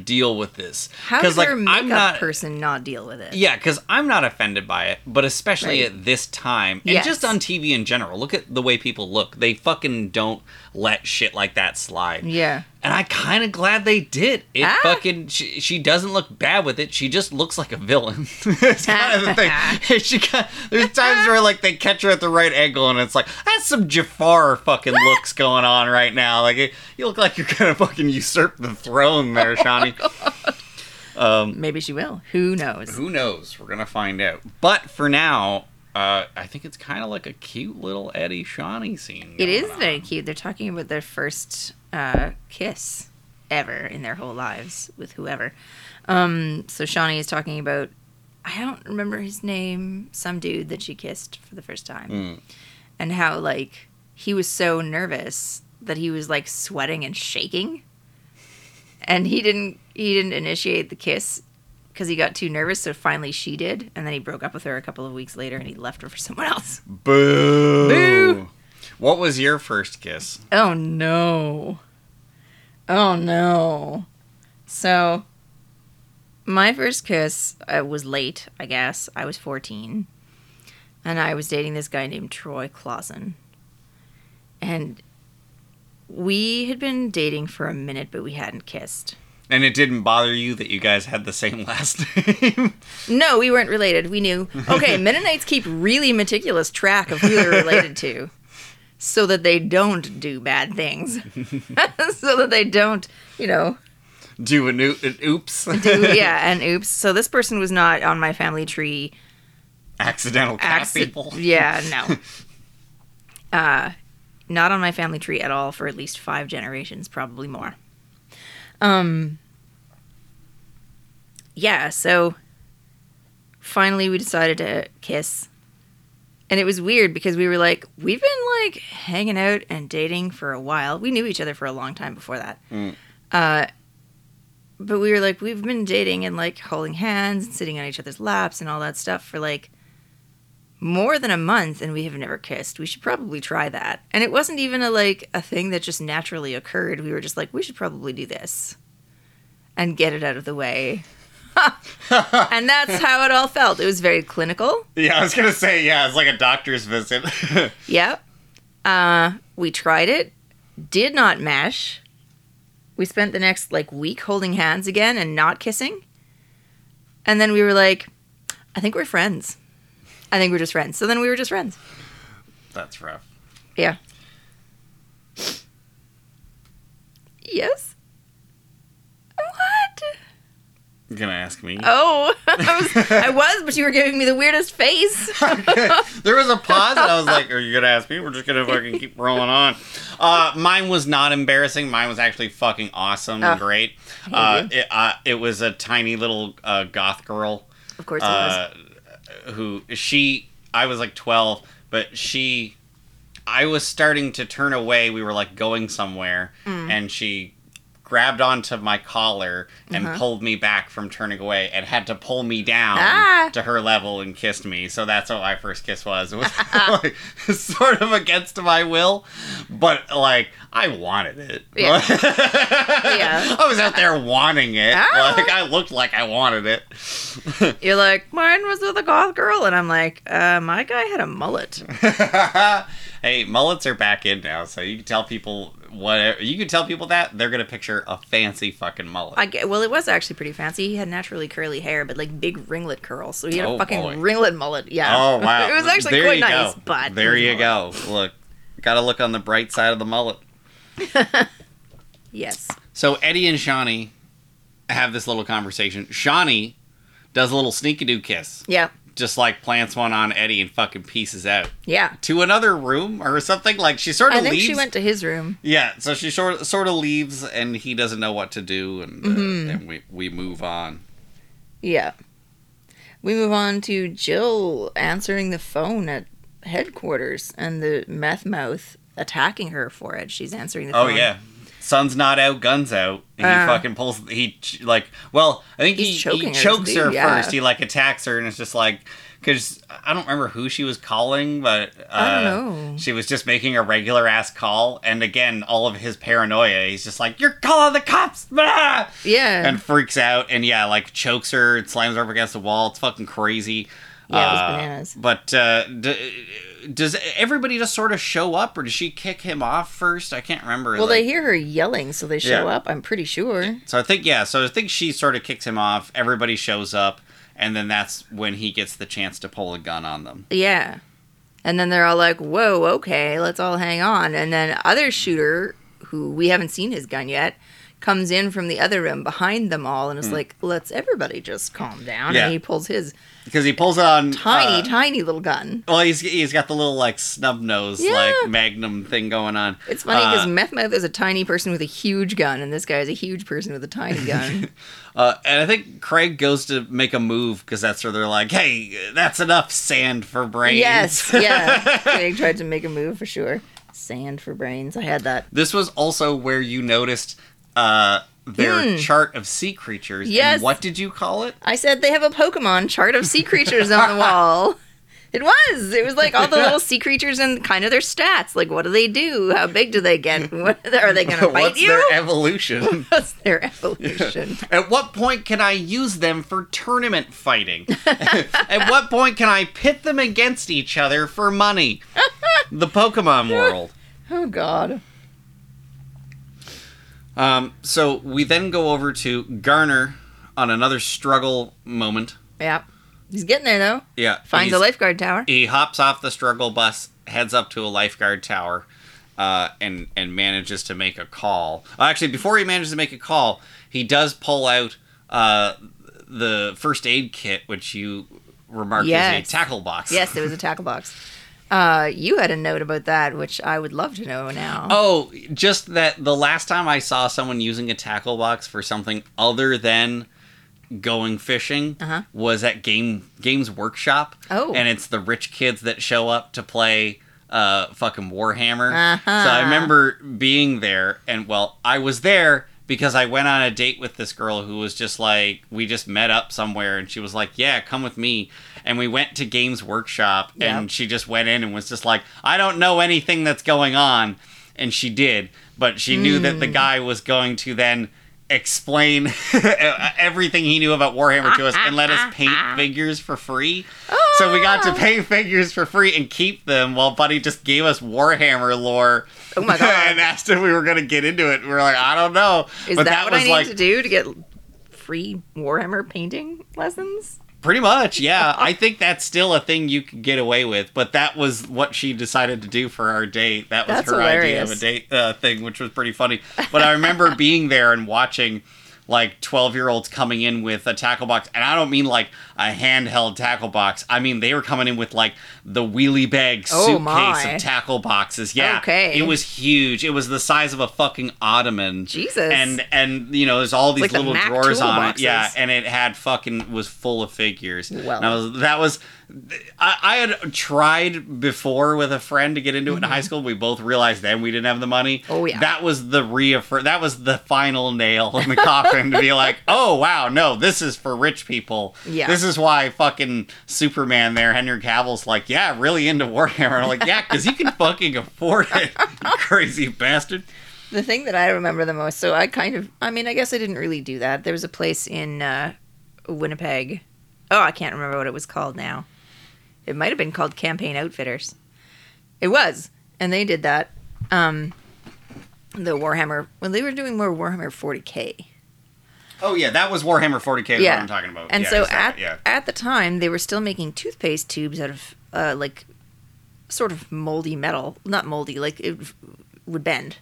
[SPEAKER 1] deal with this?
[SPEAKER 2] How
[SPEAKER 1] Because
[SPEAKER 2] does
[SPEAKER 1] like
[SPEAKER 2] her makeup
[SPEAKER 1] I'm not,
[SPEAKER 2] person not deal with it?
[SPEAKER 1] yeah, because I'm not offended by it, but especially
[SPEAKER 2] Right.
[SPEAKER 1] at this time and
[SPEAKER 2] Yes.
[SPEAKER 1] just on TV in general. Look at the way people look; they fucking don't let shit like that slide.
[SPEAKER 2] Yeah.
[SPEAKER 1] And I kind of glad they did. It
[SPEAKER 2] Ah.
[SPEAKER 1] fucking she, she doesn't look bad with it. She just looks like a villain. it's kind of the thing. She got, there's times where like they catch her at the right angle, and it's like that's some Jafar fucking
[SPEAKER 2] Ah.
[SPEAKER 1] looks going on right now. Like it- you look like you're gonna fucking usurp the throne there,
[SPEAKER 2] Oh,
[SPEAKER 1] Shawnee.
[SPEAKER 2] Maybe she will. Who knows?
[SPEAKER 1] Who knows? We're gonna find out. But for now, uh, I think it's kind of like a cute little Eddie Shawnee scene.
[SPEAKER 2] It is
[SPEAKER 1] going on.
[SPEAKER 2] very cute. They're talking about their first uh, kiss ever in their whole lives with whoever. Um, so Shawnee is talking about, I don't remember his name, some dude that she kissed for the first time. And how, like, he was so nervous that he was, like, sweating and shaking. And he didn't he didn't initiate the kiss because he got too nervous. So finally, she did, and then he broke up with her a couple of weeks later, and he left her for someone else.
[SPEAKER 1] Boo.
[SPEAKER 2] Boo.
[SPEAKER 1] What was your first kiss?
[SPEAKER 2] Oh no. Oh no. So, my first kiss uh, was late, I guess. I was 14. And I was dating this guy named Troy Clausen. And we had been dating for a minute, but we hadn't kissed.
[SPEAKER 1] And it didn't bother you that you guys had the same last name?
[SPEAKER 2] No, we weren't related. We knew. Okay, Mennonites keep really meticulous track of who they're related to so that they don't do bad things. so that they don't, you know,
[SPEAKER 1] Do an, oo- an oops
[SPEAKER 2] do, yeah, and oops. So this person was not on my family tree.
[SPEAKER 1] accidental cat
[SPEAKER 2] acci-
[SPEAKER 1] people.
[SPEAKER 2] Yeah, no. uh, not on my family tree at all for at least five generations, probably more. Um, yeah, so finally we decided to kiss. And it was weird because we were like, we've been like hanging out and dating for a while. We knew each other for a long time before that. Uh, but we were like, we've been dating and like holding hands and sitting on each other's laps and all that stuff for like more than a month and we have never kissed. We should probably try that. And it wasn't even a like a thing that just naturally occurred. We were just like, we should probably do this and get it out of the way. and that's how it all felt. It was very clinical.
[SPEAKER 1] Yeah, I was gonna say yeah. It's like a doctor's visit.
[SPEAKER 2] Yep. Uh, we tried it. did not mesh. We spent the next like week holding hands again and not kissing. And then we were like, I think we're friends. I think we're just friends. So then we were just friends.
[SPEAKER 1] That's rough.
[SPEAKER 2] Yeah. Yes. What?
[SPEAKER 1] You're gonna ask me.
[SPEAKER 2] Oh, I was, I was, but you were giving me the weirdest face.
[SPEAKER 1] there was a pause, and I was like, "Are you gonna ask me? We're just gonna fucking keep rolling on." Uh, mine was not embarrassing. Mine was actually fucking awesome and
[SPEAKER 2] Oh.
[SPEAKER 1] great. Uh, it, uh, it was a tiny little uh, goth girl
[SPEAKER 2] Of course,
[SPEAKER 1] uh, who she I was like 12, but she I was starting to turn away. We were like going somewhere
[SPEAKER 2] Mm.
[SPEAKER 1] and she grabbed onto my collar and
[SPEAKER 2] Uh-huh.
[SPEAKER 1] pulled me back from turning away and had to pull me down
[SPEAKER 2] Ah.
[SPEAKER 1] to her level and kissed me. So that's what my first kiss was. It was
[SPEAKER 2] Ah.
[SPEAKER 1] like, sort of against my will, but like I wanted it.
[SPEAKER 2] Yeah.
[SPEAKER 1] Uh.
[SPEAKER 2] Yeah.
[SPEAKER 1] I was out there wanting it.
[SPEAKER 2] Ah.
[SPEAKER 1] Like I looked like I wanted it.
[SPEAKER 2] it was. You're like, mine was with a goth girl, and I'm like, uh, my guy had a mullet.
[SPEAKER 1] hey, mullets are back in now, so you can tell people whatever. You can tell people that they're gonna picture a fancy fucking mullet.
[SPEAKER 2] I get, well, it was actually pretty fancy. He had naturally curly hair, but like big ringlet curls, so he had
[SPEAKER 1] Oh,
[SPEAKER 2] a fucking
[SPEAKER 1] boy.
[SPEAKER 2] ringlet mullet. Yeah.
[SPEAKER 1] oh wow,
[SPEAKER 2] it was actually
[SPEAKER 1] There
[SPEAKER 2] quite
[SPEAKER 1] you
[SPEAKER 2] nice,
[SPEAKER 1] go.
[SPEAKER 2] but
[SPEAKER 1] there you go. Look, gotta look on the bright side of the mullet.
[SPEAKER 2] Yes.
[SPEAKER 1] So Eddie and Shawnee have this little conversation. Shawnee does a little sneaky doo kiss,
[SPEAKER 2] Yeah.
[SPEAKER 1] just like plants one on Eddie and fucking pieces out
[SPEAKER 2] Yeah.
[SPEAKER 1] to another room or something. Like she sort of
[SPEAKER 2] I think
[SPEAKER 1] leaves.
[SPEAKER 2] she went to his room.
[SPEAKER 1] Yeah, so she sort sort of leaves, and he doesn't know what to do, and uh,
[SPEAKER 2] Mm-hmm.
[SPEAKER 1] and we we move on.
[SPEAKER 2] Yeah. We move on to Jill answering the phone at headquarters and the meth mouth attacking her for it. She's answering the
[SPEAKER 1] Oh
[SPEAKER 2] phone.
[SPEAKER 1] yeah, sun's not out, guns out. And he
[SPEAKER 2] Uh.
[SPEAKER 1] fucking pulls. He ch- like, well, I think
[SPEAKER 2] He's
[SPEAKER 1] he,
[SPEAKER 2] choking
[SPEAKER 1] he
[SPEAKER 2] her,
[SPEAKER 1] chokes
[SPEAKER 2] isn't
[SPEAKER 1] her
[SPEAKER 2] he? Yeah.
[SPEAKER 1] first. He like attacks her, and it's just like because I don't remember who she was calling, but uh,
[SPEAKER 2] I don't know.
[SPEAKER 1] She was just making a regular ass call, and again, all of his paranoia. He's just like, "You're calling the cops!" Blah!
[SPEAKER 2] Yeah.
[SPEAKER 1] and freaks out and yeah like chokes her and slams her up against the wall it's fucking crazy
[SPEAKER 2] Yeah, it was
[SPEAKER 1] Uh,
[SPEAKER 2] bananas.
[SPEAKER 1] but uh, d- does everybody just sort of show up or does she kick him off first i can't remember
[SPEAKER 2] well,
[SPEAKER 1] like-
[SPEAKER 2] they hear her yelling, so they show
[SPEAKER 1] Yeah.
[SPEAKER 2] up, I'm pretty sure.
[SPEAKER 1] so i think yeah so i think she sort of kicks him off everybody shows up and then that's when he gets the chance to pull a gun on them
[SPEAKER 2] Yeah. And then they're all like, whoa, okay, let's all hang on. And then other shooter, who we haven't seen his gun yet, comes in from the other room behind them all and is like, let's everybody just calm down.
[SPEAKER 1] Hmm. Yeah.
[SPEAKER 2] And he pulls his
[SPEAKER 1] because he pulls on
[SPEAKER 2] tiny,
[SPEAKER 1] uh,
[SPEAKER 2] tiny little gun.
[SPEAKER 1] well he's, he's got the little like snub nose
[SPEAKER 2] Yeah.
[SPEAKER 1] like magnum thing going on
[SPEAKER 2] It's funny because
[SPEAKER 1] Uh,
[SPEAKER 2] Meth Mouth is a tiny person with a huge gun, and this guy is a huge person with a tiny gun.
[SPEAKER 1] Uh, and I think Craig goes to make a move because that's where they're like, "Hey, that's enough sand for brains."
[SPEAKER 2] yes, yeah. Craig tried to make a move for sure. Sand for brains. I had that.
[SPEAKER 1] This was also where you noticed uh, their chart of sea creatures.
[SPEAKER 2] Hmm. Yes.
[SPEAKER 1] And what did you call it?
[SPEAKER 2] I said they have a Pokemon chart of sea creatures on the wall. It was. It was like all the little sea creatures and kind of their stats. Like, what do they do? How big do they get? What are they going to fight
[SPEAKER 1] What's
[SPEAKER 2] you?
[SPEAKER 1] their evolution?
[SPEAKER 2] What's their evolution?
[SPEAKER 1] At what point can I use them for tournament fighting? At what point can I pit them against each other for money? The Pokemon world.
[SPEAKER 2] Oh God.
[SPEAKER 1] Um, so we then go over to Garner on another struggle moment.
[SPEAKER 2] Yeah. He's getting there though.
[SPEAKER 1] Yeah.
[SPEAKER 2] Finds a
[SPEAKER 1] he's-
[SPEAKER 2] lifeguard tower.
[SPEAKER 1] he hops off the struggle bus, heads up to a lifeguard tower, uh, and and manages to make a call. Actually, before he manages to make a call, he does pull out uh, the first aid kit, which you remarked
[SPEAKER 2] Yes.
[SPEAKER 1] was a tackle box.
[SPEAKER 2] Yes, it was a tackle box. Uh, you had a note about that, which I would love to know now.
[SPEAKER 1] Oh, just that the last time I saw someone using a tackle box for something other than going fishing was at game games workshop.
[SPEAKER 2] Oh.
[SPEAKER 1] and it's the rich kids that show up to play uh fucking Warhammer. So I remember being there, and well, I was there because I went on a date with this girl who was just like we just met up somewhere, and she was like, "Yeah, come with me." And we went to Games Workshop, and she just went in and was just like, "I don't know
[SPEAKER 2] Hmm.
[SPEAKER 1] anything that's going on," and she did, but she knew that the guy was going to then explain everything he knew about Warhammer to us and let us paint figures for free. So we
[SPEAKER 2] Oh.
[SPEAKER 1] got to paint figures for free and keep them while Buddy just gave us Warhammer lore.
[SPEAKER 2] Oh my God.
[SPEAKER 1] and asked if we were going to get into it. We were like, I don't know.
[SPEAKER 2] Is
[SPEAKER 1] but
[SPEAKER 2] that,
[SPEAKER 1] that,
[SPEAKER 2] what I
[SPEAKER 1] was
[SPEAKER 2] need
[SPEAKER 1] like
[SPEAKER 2] to do to get free Warhammer painting lessons?
[SPEAKER 1] pretty much, yeah. I think that's still a thing you could get away with, but that was what she decided to do for our date. That was
[SPEAKER 2] That's
[SPEAKER 1] her idea of a
[SPEAKER 2] hilarious.
[SPEAKER 1] date uh, thing, which was pretty funny. But I remember being there and watching like 12 year olds coming in with a tackle box and i don't mean like a handheld tackle box i mean they were coming in with like the wheelie bag
[SPEAKER 2] Oh,
[SPEAKER 1] suitcase
[SPEAKER 2] my.
[SPEAKER 1] of tackle boxes yeah
[SPEAKER 2] Okay.
[SPEAKER 1] it was huge it was the size of a fucking ottoman
[SPEAKER 2] Jesus.
[SPEAKER 1] and and you know there's all these
[SPEAKER 2] Like the
[SPEAKER 1] little
[SPEAKER 2] Mac
[SPEAKER 1] drawers on
[SPEAKER 2] toolboxes.
[SPEAKER 1] it yeah and it had fucking was full of figures.
[SPEAKER 2] Well.
[SPEAKER 1] and I was that was I, I had tried before with a friend to get into it in high school. We both realized then we didn't have the money.
[SPEAKER 2] Mm-hmm. Oh, yeah.
[SPEAKER 1] that was the reaffir- That was the final nail in the coffin to be like, oh wow, no, this is for rich people.
[SPEAKER 2] Yeah.
[SPEAKER 1] this is why fucking Superman there, Henry Cavill's like, yeah, really into Warhammer. I'm like, yeah, because you can fucking afford it, you crazy bastard.
[SPEAKER 2] The thing that I remember the most, so I kind of, I mean, I guess I didn't really do that. There was a place in uh, Winnipeg. Oh, I can't remember what it was called now. It might have been called Campaign Outfitters. It was, and they did that. Um, the Warhammer, well, they were doing more Warhammer 40k.
[SPEAKER 1] Oh yeah, that was Warhammer 40k. is
[SPEAKER 2] yeah,
[SPEAKER 1] what I'm talking about.
[SPEAKER 2] And
[SPEAKER 1] Yeah,
[SPEAKER 2] so
[SPEAKER 1] exactly,
[SPEAKER 2] at at the time, they were still making toothpaste tubes out of uh, like sort of moldy metal, not moldy, like it f- would bend.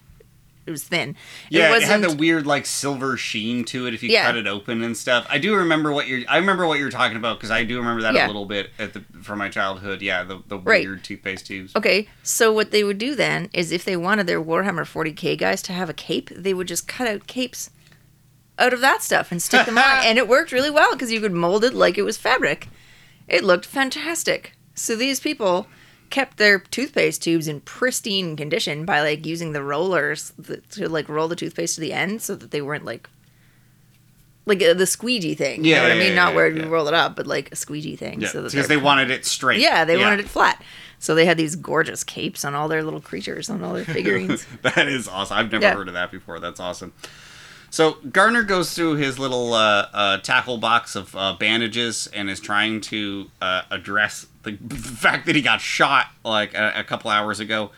[SPEAKER 2] It was thin.
[SPEAKER 1] Yeah, it, had
[SPEAKER 2] wasn't-
[SPEAKER 1] the weird like silver sheen to it if you
[SPEAKER 2] Yeah.
[SPEAKER 1] cut it open and stuff. I do remember what you're. I remember what you're talking about because I do remember that a
[SPEAKER 2] Yeah.
[SPEAKER 1] little bit at the from my childhood. Yeah, the, the
[SPEAKER 2] Right.
[SPEAKER 1] weird toothpaste tubes.
[SPEAKER 2] Okay, so what they would do then is if they wanted their Warhammer 40k guys to have a cape, they would just cut out capes out of that stuff and stick them on, and it worked really well because you could mold it like it was fabric. It looked fantastic. So these people kept their toothpaste tubes in pristine condition by like using the rollers th- to like roll the toothpaste to the end so that they weren't like like uh, the squeegee thing. you
[SPEAKER 1] Yeah,
[SPEAKER 2] know what I
[SPEAKER 1] yeah,
[SPEAKER 2] mean?
[SPEAKER 1] yeah,
[SPEAKER 2] Not
[SPEAKER 1] yeah,
[SPEAKER 2] where
[SPEAKER 1] yeah.
[SPEAKER 2] you roll it up, but like a squeegee thing.
[SPEAKER 1] Yeah,
[SPEAKER 2] so that
[SPEAKER 1] because they
[SPEAKER 2] they're-
[SPEAKER 1] wanted it straight.
[SPEAKER 2] yeah, they wanted it flat. So they had these gorgeous capes on all their little creatures, on all their figurines.
[SPEAKER 1] That is awesome. I've never
[SPEAKER 2] Yeah.
[SPEAKER 1] heard of that before. That's awesome. So Garner goes through his little uh, uh, tackle box of uh, bandages and is trying to uh, address the fact that he got shot like a, a couple hours ago,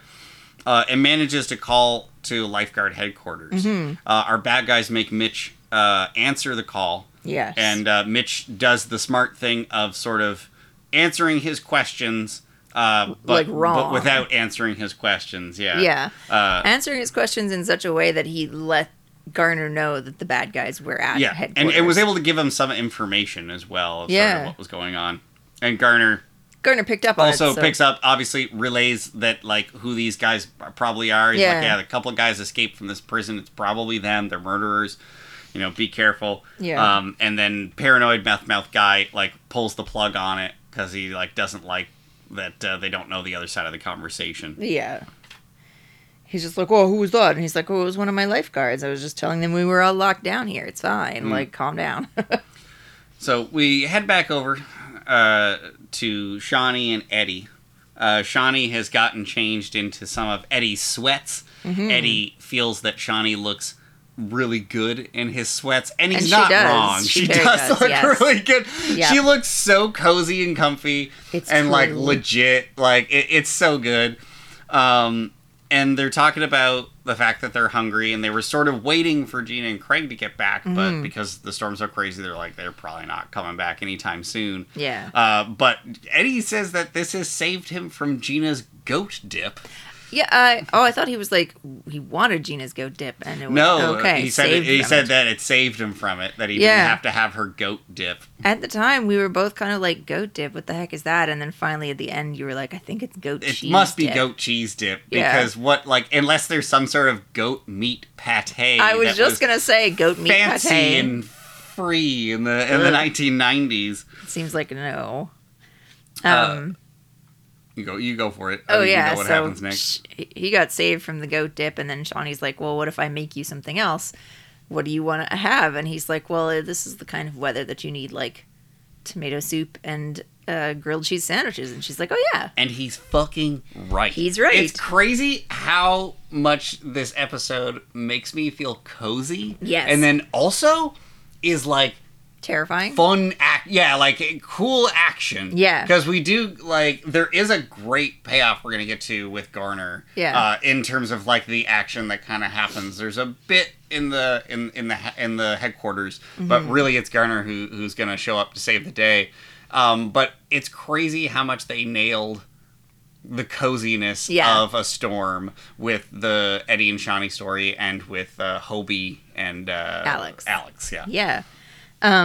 [SPEAKER 1] uh, and manages to call to lifeguard headquarters.
[SPEAKER 2] Mm-hmm.
[SPEAKER 1] Uh, our bad guys make Mitch uh, answer the call.
[SPEAKER 2] Yes.
[SPEAKER 1] And uh, Mitch does the smart thing of sort of answering his questions, uh, but,
[SPEAKER 2] Like,
[SPEAKER 1] but
[SPEAKER 2] wrong.
[SPEAKER 1] without answering his questions. Yeah.
[SPEAKER 2] yeah.
[SPEAKER 1] Uh,
[SPEAKER 2] Answering his questions in such a way that he let Garner know that the bad guys were at
[SPEAKER 1] yeah, and
[SPEAKER 2] headquarters.
[SPEAKER 1] it was able to give him some information as well. Of Sort
[SPEAKER 2] Yeah.
[SPEAKER 1] of what was going on, and Garner
[SPEAKER 2] Garner picked up on
[SPEAKER 1] also
[SPEAKER 2] it. so-
[SPEAKER 1] picks up, obviously relays that like who these guys probably are. He's
[SPEAKER 2] Yeah.
[SPEAKER 1] like, yeah, a couple of guys escaped from this prison. It's probably them. They're murderers. You know, be careful.
[SPEAKER 2] Yeah.
[SPEAKER 1] Um, and then paranoid meth mouth guy like pulls the plug on it because he like doesn't like that uh, they don't know the other side of the conversation.
[SPEAKER 2] Yeah. He's just like, oh, who was that? And he's like, oh, it was one of my lifeguards. I was just telling them we were all locked down here. It's fine.
[SPEAKER 1] Mm.
[SPEAKER 2] Like, calm down.
[SPEAKER 1] So we head back over uh, to Shawnee and Eddie. Uh, Shawnee has gotten changed into some of Eddie's sweats.
[SPEAKER 2] Mm-hmm.
[SPEAKER 1] Eddie feels that Shawnee looks really good in his sweats, and he's
[SPEAKER 2] And she
[SPEAKER 1] not
[SPEAKER 2] does.
[SPEAKER 1] wrong.
[SPEAKER 2] She
[SPEAKER 1] She,
[SPEAKER 2] very
[SPEAKER 1] does,
[SPEAKER 2] does,
[SPEAKER 1] look
[SPEAKER 2] yes.
[SPEAKER 1] really good.
[SPEAKER 2] Yeah.
[SPEAKER 1] She looks so cozy and comfy,
[SPEAKER 2] It's
[SPEAKER 1] and like
[SPEAKER 2] true.
[SPEAKER 1] legit. Like it, it's so good. Um, and they're talking about the fact that they're hungry and they were sort of waiting for Gina and Craig to get back,
[SPEAKER 2] Mm-hmm.
[SPEAKER 1] but because the storm's so crazy, they're like, they're probably not coming back anytime soon.
[SPEAKER 2] Yeah.
[SPEAKER 1] Uh, but Eddie says that this has saved him from Gina's goat dip.
[SPEAKER 2] yeah. I, oh, I thought he was like, he wanted Gina's go dip. And it was,
[SPEAKER 1] No,
[SPEAKER 2] okay.
[SPEAKER 1] he said it,
[SPEAKER 2] saved
[SPEAKER 1] he
[SPEAKER 2] them.
[SPEAKER 1] said that it saved him from it, that he
[SPEAKER 2] Yeah.
[SPEAKER 1] didn't have to have her goat dip.
[SPEAKER 2] At the time, we were both kind of like, goat dip, what the heck is that? And then finally at the end, you were like, I think it's goat
[SPEAKER 1] It
[SPEAKER 2] cheese.
[SPEAKER 1] must be
[SPEAKER 2] dip."
[SPEAKER 1] goat cheese dip
[SPEAKER 2] Yeah.
[SPEAKER 1] because what like unless there's some sort of goat meat pate.
[SPEAKER 2] I was
[SPEAKER 1] that
[SPEAKER 2] just going to say goat meat
[SPEAKER 1] fancy
[SPEAKER 2] pate.
[SPEAKER 1] and free in the in the
[SPEAKER 2] Ugh.
[SPEAKER 1] 1990s.
[SPEAKER 2] Seems like no. Um,
[SPEAKER 1] You go, you go for it. I
[SPEAKER 2] oh,
[SPEAKER 1] mean,
[SPEAKER 2] yeah.
[SPEAKER 1] You know what
[SPEAKER 2] so
[SPEAKER 1] happens next?
[SPEAKER 2] sh- he got saved from the goat dip. And then Shawnee's like, well, what if I make you something else? What do you want to uh, have? And he's like, well, this is the kind of weather that you need, like tomato soup and uh, grilled cheese sandwiches, and she's like, "Oh yeah."
[SPEAKER 1] and he's fucking right.
[SPEAKER 2] He's right.
[SPEAKER 1] It's crazy how much this episode makes me feel cozy.
[SPEAKER 2] Yes.
[SPEAKER 1] And then also is like
[SPEAKER 2] Terrifying.
[SPEAKER 1] fun act yeah like cool action
[SPEAKER 2] Yeah.
[SPEAKER 1] because we do like there is a great payoff we're gonna get to with garner
[SPEAKER 2] Yeah.
[SPEAKER 1] uh, in terms of like the action that kind of happens there's a bit in the in in the he- in the headquarters but
[SPEAKER 2] Mm-hmm.
[SPEAKER 1] really it's garner who who's gonna show up to save the day um but it's crazy how much they nailed the coziness
[SPEAKER 2] Yeah.
[SPEAKER 1] of a storm with the Eddie and Shawnee story and with uh, Hobie and uh,
[SPEAKER 2] Alex.
[SPEAKER 1] Alex, yeah.
[SPEAKER 2] Yeah. Um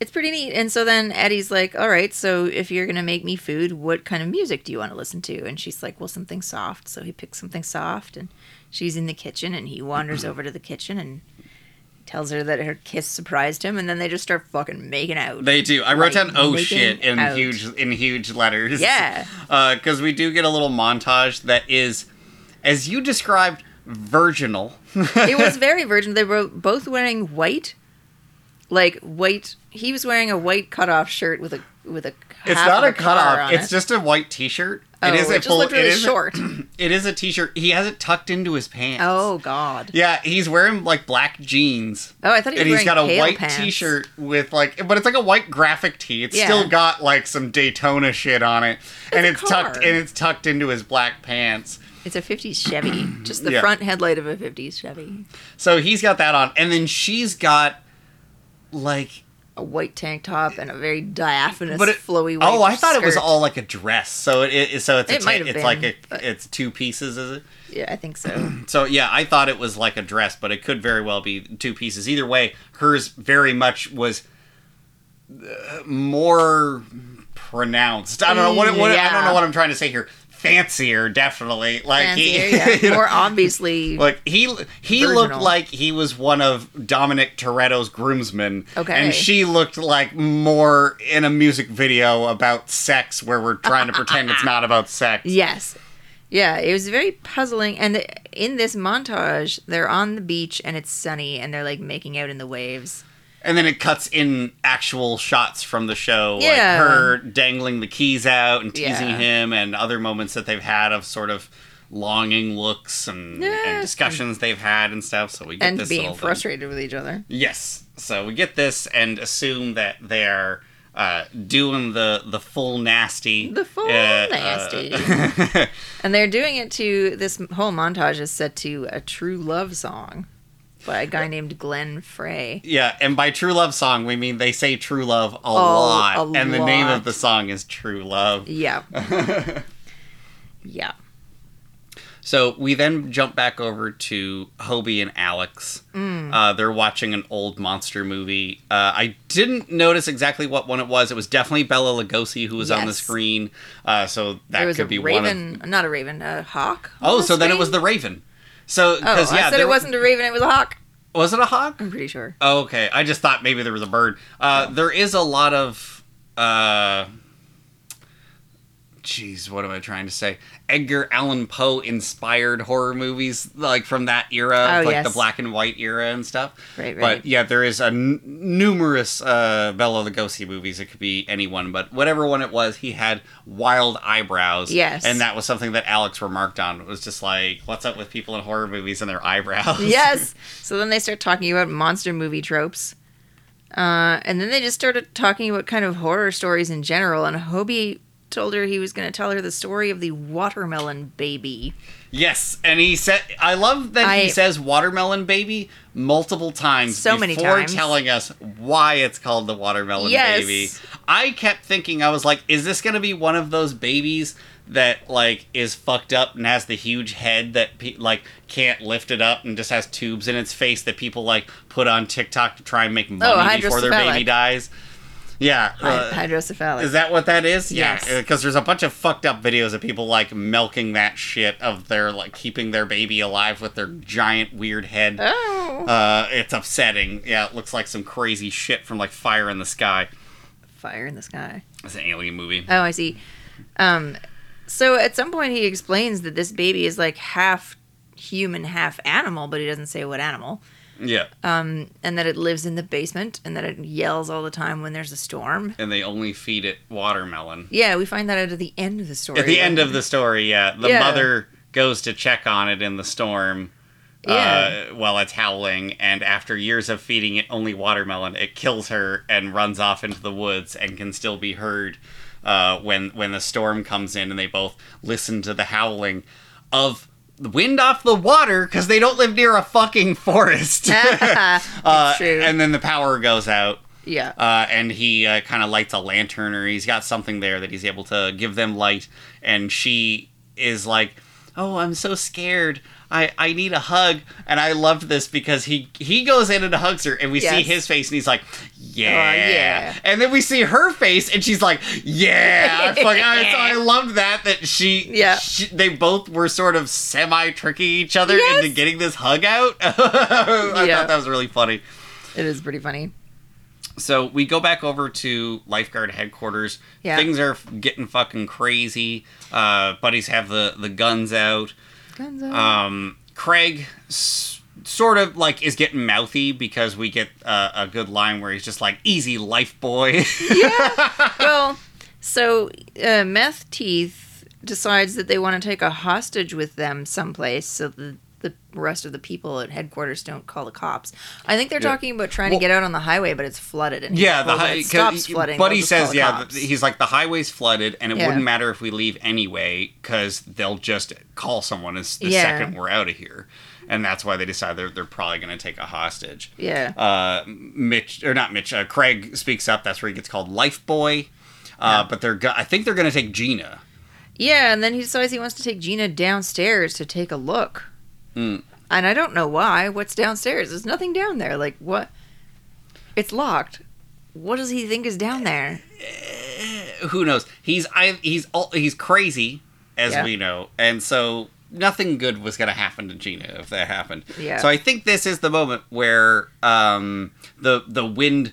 [SPEAKER 2] it's pretty neat. And so then Eddie's like, "All right, so if you're going to make me food, what kind of music do you want to listen to?" And she's like, "Well, something soft." So he picks something soft and she's in the kitchen and he wanders over to the kitchen and tells her that her kiss surprised him and then they just start fucking making out.
[SPEAKER 1] They do. I wrote
[SPEAKER 2] Like,
[SPEAKER 1] down "oh
[SPEAKER 2] making
[SPEAKER 1] shit" in
[SPEAKER 2] out.
[SPEAKER 1] huge in huge letters.
[SPEAKER 2] Yeah.
[SPEAKER 1] because we do get a little montage that is, as you described, virginal.
[SPEAKER 2] it was very virgin. They were both wearing white like white he was wearing a white cutoff shirt with a with a
[SPEAKER 1] It's
[SPEAKER 2] half
[SPEAKER 1] not
[SPEAKER 2] of
[SPEAKER 1] a
[SPEAKER 2] collar
[SPEAKER 1] cutoff.
[SPEAKER 2] on
[SPEAKER 1] It's
[SPEAKER 2] it.
[SPEAKER 1] just a white T-shirt.
[SPEAKER 2] Oh,
[SPEAKER 1] is
[SPEAKER 2] it
[SPEAKER 1] a
[SPEAKER 2] just
[SPEAKER 1] full-
[SPEAKER 2] looked really
[SPEAKER 1] it is a-
[SPEAKER 2] short.
[SPEAKER 1] It is a T-shirt. He has it tucked into his pants.
[SPEAKER 2] Oh god.
[SPEAKER 1] Yeah, he's wearing like black jeans.
[SPEAKER 2] Oh, I thought he was
[SPEAKER 1] and he's
[SPEAKER 2] wearing
[SPEAKER 1] got a
[SPEAKER 2] pale
[SPEAKER 1] white
[SPEAKER 2] pants.
[SPEAKER 1] T-shirt with like, but it's like a white graphic tee. It's
[SPEAKER 2] Yeah.
[SPEAKER 1] still got like some Daytona shit on it, and
[SPEAKER 2] a
[SPEAKER 1] it's tucked
[SPEAKER 2] car.
[SPEAKER 1] and it's tucked into his black pants.
[SPEAKER 2] It's a 50s Chevy. Just the
[SPEAKER 1] Yeah.
[SPEAKER 2] front headlight of a 50s Chevy.
[SPEAKER 1] So he's got that on, and then she's got like,
[SPEAKER 2] A white tank top and a very diaphanous,
[SPEAKER 1] but it,
[SPEAKER 2] flowy white
[SPEAKER 1] Oh, I thought it was
[SPEAKER 2] skirt.
[SPEAKER 1] all like a dress. So it, it so it's a
[SPEAKER 2] It
[SPEAKER 1] ta-
[SPEAKER 2] might have
[SPEAKER 1] it's
[SPEAKER 2] been,
[SPEAKER 1] like a
[SPEAKER 2] but-
[SPEAKER 1] it's two pieces, is it?
[SPEAKER 2] Yeah, I think so.
[SPEAKER 1] So yeah, I thought it was like a dress, but it could very well be two pieces. Either way, hers very much was uh, more pronounced. I don't know what, what I don't
[SPEAKER 2] Yeah.
[SPEAKER 1] know what I'm trying to say here. Fancier, definitely. Like he-
[SPEAKER 2] Fancier, yeah. More obviously.
[SPEAKER 1] Like he he looked
[SPEAKER 2] Virginal.
[SPEAKER 1] like he was one of Dominic Toretto's groomsmen.
[SPEAKER 2] Okay.
[SPEAKER 1] And she looked like more in a music video about sex where we're trying to pretend it's not about sex.
[SPEAKER 2] yes. Yeah, it was very puzzling. And the, in this montage, they're on the beach and it's sunny and they're like making out in the waves.
[SPEAKER 1] And then it cuts in actual shots from the show,
[SPEAKER 2] Yeah.
[SPEAKER 1] like her dangling the keys out and teasing
[SPEAKER 2] Yeah.
[SPEAKER 1] him and other moments that they've had of sort of longing looks and,
[SPEAKER 2] Yes.
[SPEAKER 1] and discussions they've had and stuff. So we get
[SPEAKER 2] And
[SPEAKER 1] this
[SPEAKER 2] being
[SPEAKER 1] little thing.
[SPEAKER 2] frustrated with each other.
[SPEAKER 1] Yes. So we get this and assume that they're uh, doing the the full nasty.
[SPEAKER 2] The full
[SPEAKER 1] uh,
[SPEAKER 2] nasty.
[SPEAKER 1] uh,
[SPEAKER 2] and they're doing it to this whole montage is set to a true love song by a guy named Glenn Frey.
[SPEAKER 1] yeah, and by true love song we mean they say true love a lot,
[SPEAKER 2] a
[SPEAKER 1] and the name
[SPEAKER 2] lot.
[SPEAKER 1] of the song is True Love.
[SPEAKER 2] Yeah. yeah.
[SPEAKER 1] So we then jump back over to Hobie and Alex.
[SPEAKER 2] Mm.
[SPEAKER 1] Uh, they're watching an old monster movie. Uh, I didn't notice exactly what one it was. It was definitely Bella Lugosi who was on the
[SPEAKER 2] Yes.
[SPEAKER 1] screen. Uh, so that
[SPEAKER 2] There was
[SPEAKER 1] could
[SPEAKER 2] a
[SPEAKER 1] be one of
[SPEAKER 2] raven, not a raven, a hawk. on
[SPEAKER 1] Oh, so then it was
[SPEAKER 2] screen?
[SPEAKER 1] the Raven. So,
[SPEAKER 2] Oh,
[SPEAKER 1] because yeah,
[SPEAKER 2] I said
[SPEAKER 1] there-
[SPEAKER 2] it wasn't a raven; it was a hawk.
[SPEAKER 1] Was it a hawk?
[SPEAKER 2] I'm pretty sure.
[SPEAKER 1] Oh, okay, I just thought maybe there was a bird. Uh, There is a lot of, uh, jeez, what am I trying to say? Edgar Allan Poe inspired horror movies, like from that era,
[SPEAKER 2] Oh,
[SPEAKER 1] like the
[SPEAKER 2] yes.
[SPEAKER 1] black and white era and stuff.
[SPEAKER 2] Right, right.
[SPEAKER 1] But yeah, there is a n- numerous uh, Bela Lugosi movies. It could be any one, but whatever one it was, he had wild eyebrows.
[SPEAKER 2] Yes.
[SPEAKER 1] and that was something that Alex remarked on. It was just like, what's up with people in horror movies and their eyebrows?
[SPEAKER 2] yes. So then they start talking about monster movie tropes, uh, and then they just started talking about kind of horror stories in general. And Hobie told her he was going to tell her the story of the watermelon baby.
[SPEAKER 1] Yes, and he said, "I love that
[SPEAKER 2] I-
[SPEAKER 1] he says watermelon baby multiple times
[SPEAKER 2] So many
[SPEAKER 1] before
[SPEAKER 2] times.
[SPEAKER 1] telling us why it's called the watermelon
[SPEAKER 2] Yes.
[SPEAKER 1] baby." I kept thinking, I was like, "Is this going to be one of those babies that like is fucked up and has the huge head that pe- like can't lift it up and just has tubes in its face that people like put on TikTok to try and
[SPEAKER 2] Oh,
[SPEAKER 1] make money before their baby
[SPEAKER 2] hydrocephalic.
[SPEAKER 1] dies?" Yeah, uh,
[SPEAKER 2] Hydrocephalic.
[SPEAKER 1] is that what that is?
[SPEAKER 2] Yes.
[SPEAKER 1] Yeah, because there's a bunch of fucked up videos of people like milking that shit of their like keeping their baby alive with their giant weird head.
[SPEAKER 2] oh,
[SPEAKER 1] Uh, it's upsetting. Yeah, it looks like some crazy shit from like Fire in the Sky.
[SPEAKER 2] fire in the sky.
[SPEAKER 1] It's an alien movie.
[SPEAKER 2] Oh, I see. Um, so at some point he explains that this baby is like half human, half animal, but he doesn't say what animal.
[SPEAKER 1] Yeah.
[SPEAKER 2] And that it lives in the basement and that it yells all the time when there's a storm.
[SPEAKER 1] and they only feed it watermelon.
[SPEAKER 2] Yeah, we find that out at the end of the story.
[SPEAKER 1] At the end
[SPEAKER 2] when-
[SPEAKER 1] of the story, yeah, the
[SPEAKER 2] Yeah.
[SPEAKER 1] mother goes to check on it in the storm.
[SPEAKER 2] Yeah.
[SPEAKER 1] Uh, while it's howling, and after years of feeding it only watermelon, it kills her and runs off into the woods and can still be heard uh, when when the storm comes in and they both listen to the howling of the wind off the water because they don't live near a fucking forest. uh,
[SPEAKER 2] true.
[SPEAKER 1] And then the power goes out.
[SPEAKER 2] yeah.
[SPEAKER 1] Uh, and he uh, kind of lights a lantern, or he's got something there that he's able to give them light. And she is like, "Oh, I'm so scared. I, I need a hug." And I loved this because he he goes in and hugs her, and we see
[SPEAKER 2] Yes. Oh,
[SPEAKER 1] his face, and he's like, "Yeah,
[SPEAKER 2] yeah.
[SPEAKER 1] And then we see her face, and she's like, "Yeah." Fuck, I, so I loved that that she
[SPEAKER 2] Yeah.
[SPEAKER 1] she- they both were sort of semi tricking each other
[SPEAKER 2] Yes.
[SPEAKER 1] into getting this hug out. I
[SPEAKER 2] Yeah.
[SPEAKER 1] thought that was really funny.
[SPEAKER 2] it is pretty funny.
[SPEAKER 1] So we go back over to lifeguard headquarters.
[SPEAKER 2] Yeah.
[SPEAKER 1] Things are f- getting fucking crazy. Uh, buddies have the, the guns out.
[SPEAKER 2] Guns out.
[SPEAKER 1] Um, Craig s- sort of like is getting mouthy because we get uh, a good line where he's just like, easy life boy.
[SPEAKER 2] well, so uh, Meth Teeth decides that they want to take a hostage with them someplace so the, the rest of the people at headquarters don't call the cops. I think they're talking about trying
[SPEAKER 1] Well-
[SPEAKER 2] to get out on the highway, but it's flooded. And
[SPEAKER 1] yeah, the
[SPEAKER 2] well,
[SPEAKER 1] high,
[SPEAKER 2] it stops flooding.
[SPEAKER 1] Buddy
[SPEAKER 2] they'll just call
[SPEAKER 1] says,
[SPEAKER 2] the
[SPEAKER 1] yeah,
[SPEAKER 2] cops.
[SPEAKER 1] th- he's like, the highway's flooded and it
[SPEAKER 2] Yeah.
[SPEAKER 1] wouldn't matter if we leave anyway because they'll just call someone as the
[SPEAKER 2] Yeah.
[SPEAKER 1] second we're out of here. And that's why they decide they're, they're probably going to take a hostage.
[SPEAKER 2] yeah.
[SPEAKER 1] uh, Mitch or not Mitch, uh, Craig speaks up. That's where he gets called Life Boy. Uh, But they're, go- I think they're going to take Gina.
[SPEAKER 2] Yeah, and then he decides he wants to take Gina downstairs to take a look.
[SPEAKER 1] Hmm.
[SPEAKER 2] And I don't know why. What's downstairs? There's nothing down there. Like what? It's locked. What does he think is down there?
[SPEAKER 1] Who knows? He's I, he's all, he's crazy, as
[SPEAKER 2] Yeah.
[SPEAKER 1] we know, and so nothing good was going to happen to Gina if that happened.
[SPEAKER 2] Yeah.
[SPEAKER 1] So I think this is the moment where um, the the wind.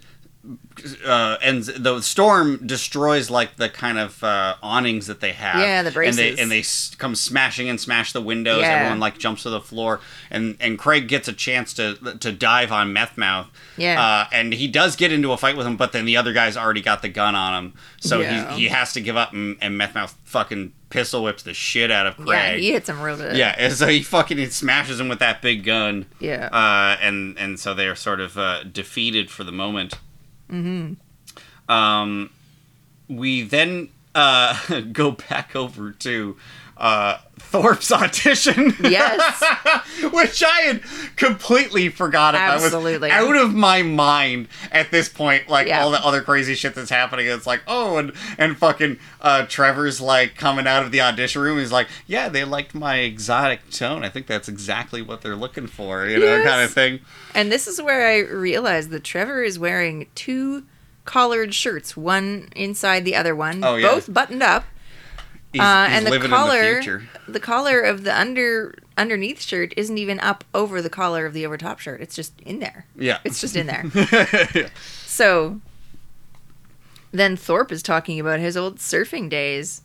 [SPEAKER 1] Uh, and the storm destroys like the kind of uh, awnings that they have.
[SPEAKER 2] Yeah, the
[SPEAKER 1] And
[SPEAKER 2] braces.
[SPEAKER 1] they and they s- come smashing and smash the windows.
[SPEAKER 2] Yeah.
[SPEAKER 1] Everyone like jumps to the floor, and and Craig gets a chance to to dive on Meth Mouth.
[SPEAKER 2] Yeah.
[SPEAKER 1] Uh, and he does get into a fight with him, but then the other guy's already got the gun on him, so
[SPEAKER 2] Yeah.
[SPEAKER 1] he he has to give up. And, and Meth Mouth fucking pistol whips the shit out of
[SPEAKER 2] Yeah,
[SPEAKER 1] Craig.
[SPEAKER 2] he hits him real good.
[SPEAKER 1] Yeah, and so he fucking he smashes him with that big gun.
[SPEAKER 2] Yeah.
[SPEAKER 1] Uh, and and so they are sort of uh, defeated for the moment. Mm-hmm. Um, we then uh, go back over to uh, Thorpe's audition.
[SPEAKER 2] Yes.
[SPEAKER 1] Which I had completely forgot about. It was
[SPEAKER 2] Absolutely.
[SPEAKER 1] out of my mind at this point. Like
[SPEAKER 2] Yeah.
[SPEAKER 1] all the other crazy shit that's happening. It's like, oh, and and fucking uh, Trevor's like coming out of the audition room. He's like, yeah, they liked my exotic tone. I think that's exactly what they're looking for. You know,
[SPEAKER 2] Yes.
[SPEAKER 1] kind of thing.
[SPEAKER 2] And this is where I realized that Trevor is wearing two collared shirts, one inside the other one,
[SPEAKER 1] Oh, yeah.
[SPEAKER 2] both buttoned up.
[SPEAKER 1] He's,
[SPEAKER 2] Uh,
[SPEAKER 1] he's
[SPEAKER 2] and the
[SPEAKER 1] living
[SPEAKER 2] collar,
[SPEAKER 1] in the
[SPEAKER 2] the,
[SPEAKER 1] future.
[SPEAKER 2] collar of the under underneath shirt isn't even up over the collar of the over top shirt. It's just in there.
[SPEAKER 1] Yeah.
[SPEAKER 2] it's just in there. So then Thorpe is talking about his old surfing days.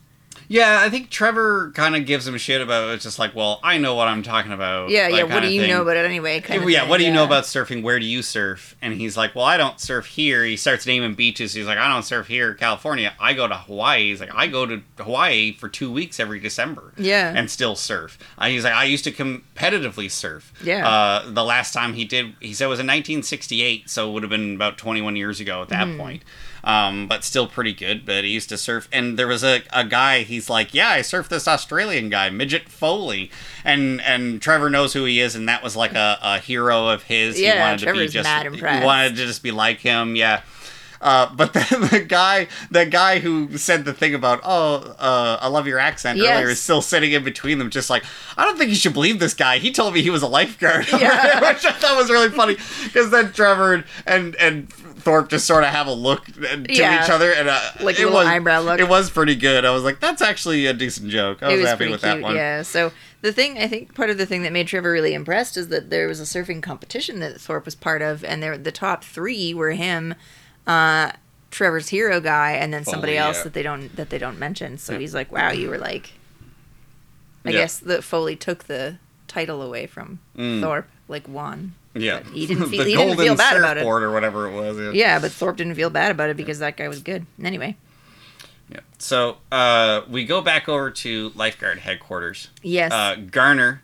[SPEAKER 1] Yeah, I think Trevor kind of gives him shit about it. It's just like, well, I know what I'm talking about.
[SPEAKER 2] Yeah,
[SPEAKER 1] that
[SPEAKER 2] yeah. What
[SPEAKER 1] kinda
[SPEAKER 2] do you
[SPEAKER 1] thing.
[SPEAKER 2] know about it anyway? kind of
[SPEAKER 1] yeah,
[SPEAKER 2] thing,
[SPEAKER 1] what do you know about surfing? Where do you surf? And he's like, well, I don't surf here. He starts naming beaches. He's like, I don't surf here, California. I go to Hawaii. He's like, I go to Hawaii for two weeks every December.
[SPEAKER 2] Yeah.
[SPEAKER 1] And still surf. Uh, he's like, I used to competitively surf.
[SPEAKER 2] Yeah.
[SPEAKER 1] Uh, the last time he did, he said it was in 1968, so it would have been about 21 years ago at
[SPEAKER 2] Hmm.
[SPEAKER 1] that point. Um, but still pretty good. But he used to surf, and there was a, a guy. He's like, yeah, I surfed this Australian guy, Midget Foley, and and Trevor knows who he is, and that was like a, a hero of his. he
[SPEAKER 2] Yeah,
[SPEAKER 1] wanted to be
[SPEAKER 2] Trevor's
[SPEAKER 1] just
[SPEAKER 2] mad
[SPEAKER 1] he
[SPEAKER 2] impressed.
[SPEAKER 1] wanted to just be like him. Yeah. Uh, but then the guy, the guy who said the thing about "oh, uh, I love your accent"
[SPEAKER 2] Yes.
[SPEAKER 1] earlier is still sitting in between them, just like I don't think you should believe this guy. He told me he was a lifeguard,
[SPEAKER 2] Yeah.
[SPEAKER 1] which I thought was really funny because then Trevor and and Thorpe just sort of have a look to
[SPEAKER 2] Yeah.
[SPEAKER 1] each other and uh,
[SPEAKER 2] Like a
[SPEAKER 1] it
[SPEAKER 2] little
[SPEAKER 1] was,
[SPEAKER 2] eyebrow look.
[SPEAKER 1] It was pretty good. I was like, that's actually a decent joke. I was,
[SPEAKER 2] it was
[SPEAKER 1] happy
[SPEAKER 2] pretty
[SPEAKER 1] with
[SPEAKER 2] cute.
[SPEAKER 1] that one.
[SPEAKER 2] Yeah. So the thing I think part of the thing that made Trevor really impressed is that there was a surfing competition that Thorpe was part of, and there the top three were him, uh, Trevor's hero guy, and then somebody
[SPEAKER 1] Foley,
[SPEAKER 2] else
[SPEAKER 1] yeah.
[SPEAKER 2] that they don't that they don't mention. So he's like, "Wow, you were like." I
[SPEAKER 1] Yeah. Mm.
[SPEAKER 2] guess that Foley took the title away from Thorpe, like Juan.
[SPEAKER 1] Yeah.
[SPEAKER 2] But he didn't feel, he didn't feel bad about it.
[SPEAKER 1] surfboard or whatever it was. Yeah.
[SPEAKER 2] Yeah, but Thorpe didn't feel bad about it because that guy was good. Anyway,
[SPEAKER 1] Yeah. So uh, we go back over to lifeguard headquarters.
[SPEAKER 2] yes,
[SPEAKER 1] Uh, Garner,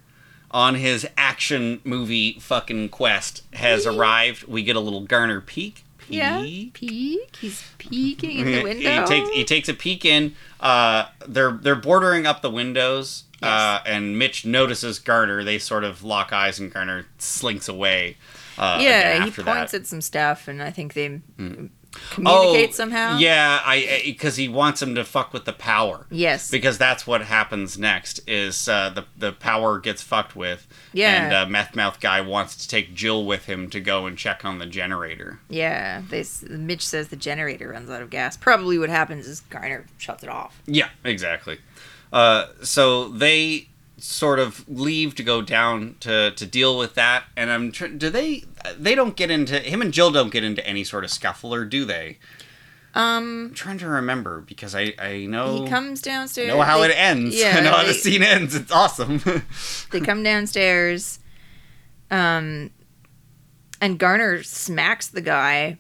[SPEAKER 1] on his action movie fucking quest, has arrived. We get a little Garner peek.
[SPEAKER 2] yeah,
[SPEAKER 1] Peek.
[SPEAKER 2] peek. He's peeking at
[SPEAKER 1] He-
[SPEAKER 2] the window.
[SPEAKER 1] He takes he takes a peek in. Uh, they're they're bordering up the windows. Uh, and Mitch notices Garner. They sort of lock eyes, and Garner slinks away. Uh, again
[SPEAKER 2] yeah, he
[SPEAKER 1] after
[SPEAKER 2] points
[SPEAKER 1] that. Hmm. Oh,
[SPEAKER 2] at some stuff, and I think they communicate somehow.
[SPEAKER 1] Yeah, I because he wants him to fuck with the power.
[SPEAKER 2] Yes.
[SPEAKER 1] because that's what happens next is uh, the the power gets fucked with.
[SPEAKER 2] Yeah.
[SPEAKER 1] and uh, meth mouth guy wants to take Jill with him to go and check on the generator.
[SPEAKER 2] Yeah, they, s- Mitch says the generator runs out of gas. Probably what happens is Garner shuts it off.
[SPEAKER 1] Yeah, exactly. Uh, so they sort of leave to go down to to deal with that. And I'm tr- do they they don't get into him and Jill don't get into any sort of scuffle or do they? Um, I'm trying to remember because I I know
[SPEAKER 2] He comes downstairs.
[SPEAKER 1] Oh. know how
[SPEAKER 2] they-
[SPEAKER 1] it ends.
[SPEAKER 2] Yeah,
[SPEAKER 1] I know how the
[SPEAKER 2] they-
[SPEAKER 1] scene ends. It's awesome.
[SPEAKER 2] they come downstairs um and garner smacks the guy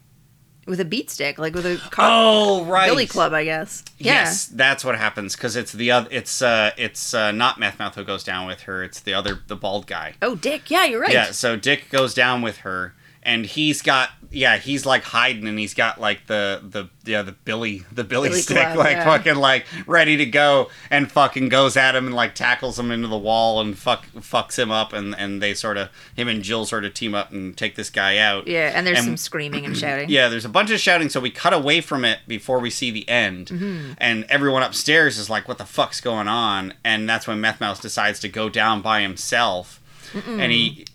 [SPEAKER 2] with a beat stick like with a car-
[SPEAKER 1] oh right,
[SPEAKER 2] billy club i guess yeah
[SPEAKER 1] Yes, that's what happens because it's the other. It's uh, it's uh, not Meth Mouth who goes down with her. It's the other, the bald guy.
[SPEAKER 2] oh dick yeah you're right
[SPEAKER 1] Yeah. So Dick goes down with her, and he's got yeah, he's like hiding, and he's got like the the yeah the Billy the Billy,
[SPEAKER 2] Billy
[SPEAKER 1] stick
[SPEAKER 2] club,
[SPEAKER 1] like
[SPEAKER 2] yeah.
[SPEAKER 1] fucking like ready to go, and fucking goes at him and like tackles him into the wall and fuck fucks him up, and and they sort of him and Jill sort of team up and take this guy out.
[SPEAKER 2] yeah and there's
[SPEAKER 1] And-
[SPEAKER 2] some screaming and shouting
[SPEAKER 1] Yeah, there's a bunch of shouting, so we cut away from it before we see the end.
[SPEAKER 2] Mm-hmm.
[SPEAKER 1] And everyone upstairs is like, what the fuck's going on? And that's when Meth Mouse decides to go down by himself. And he.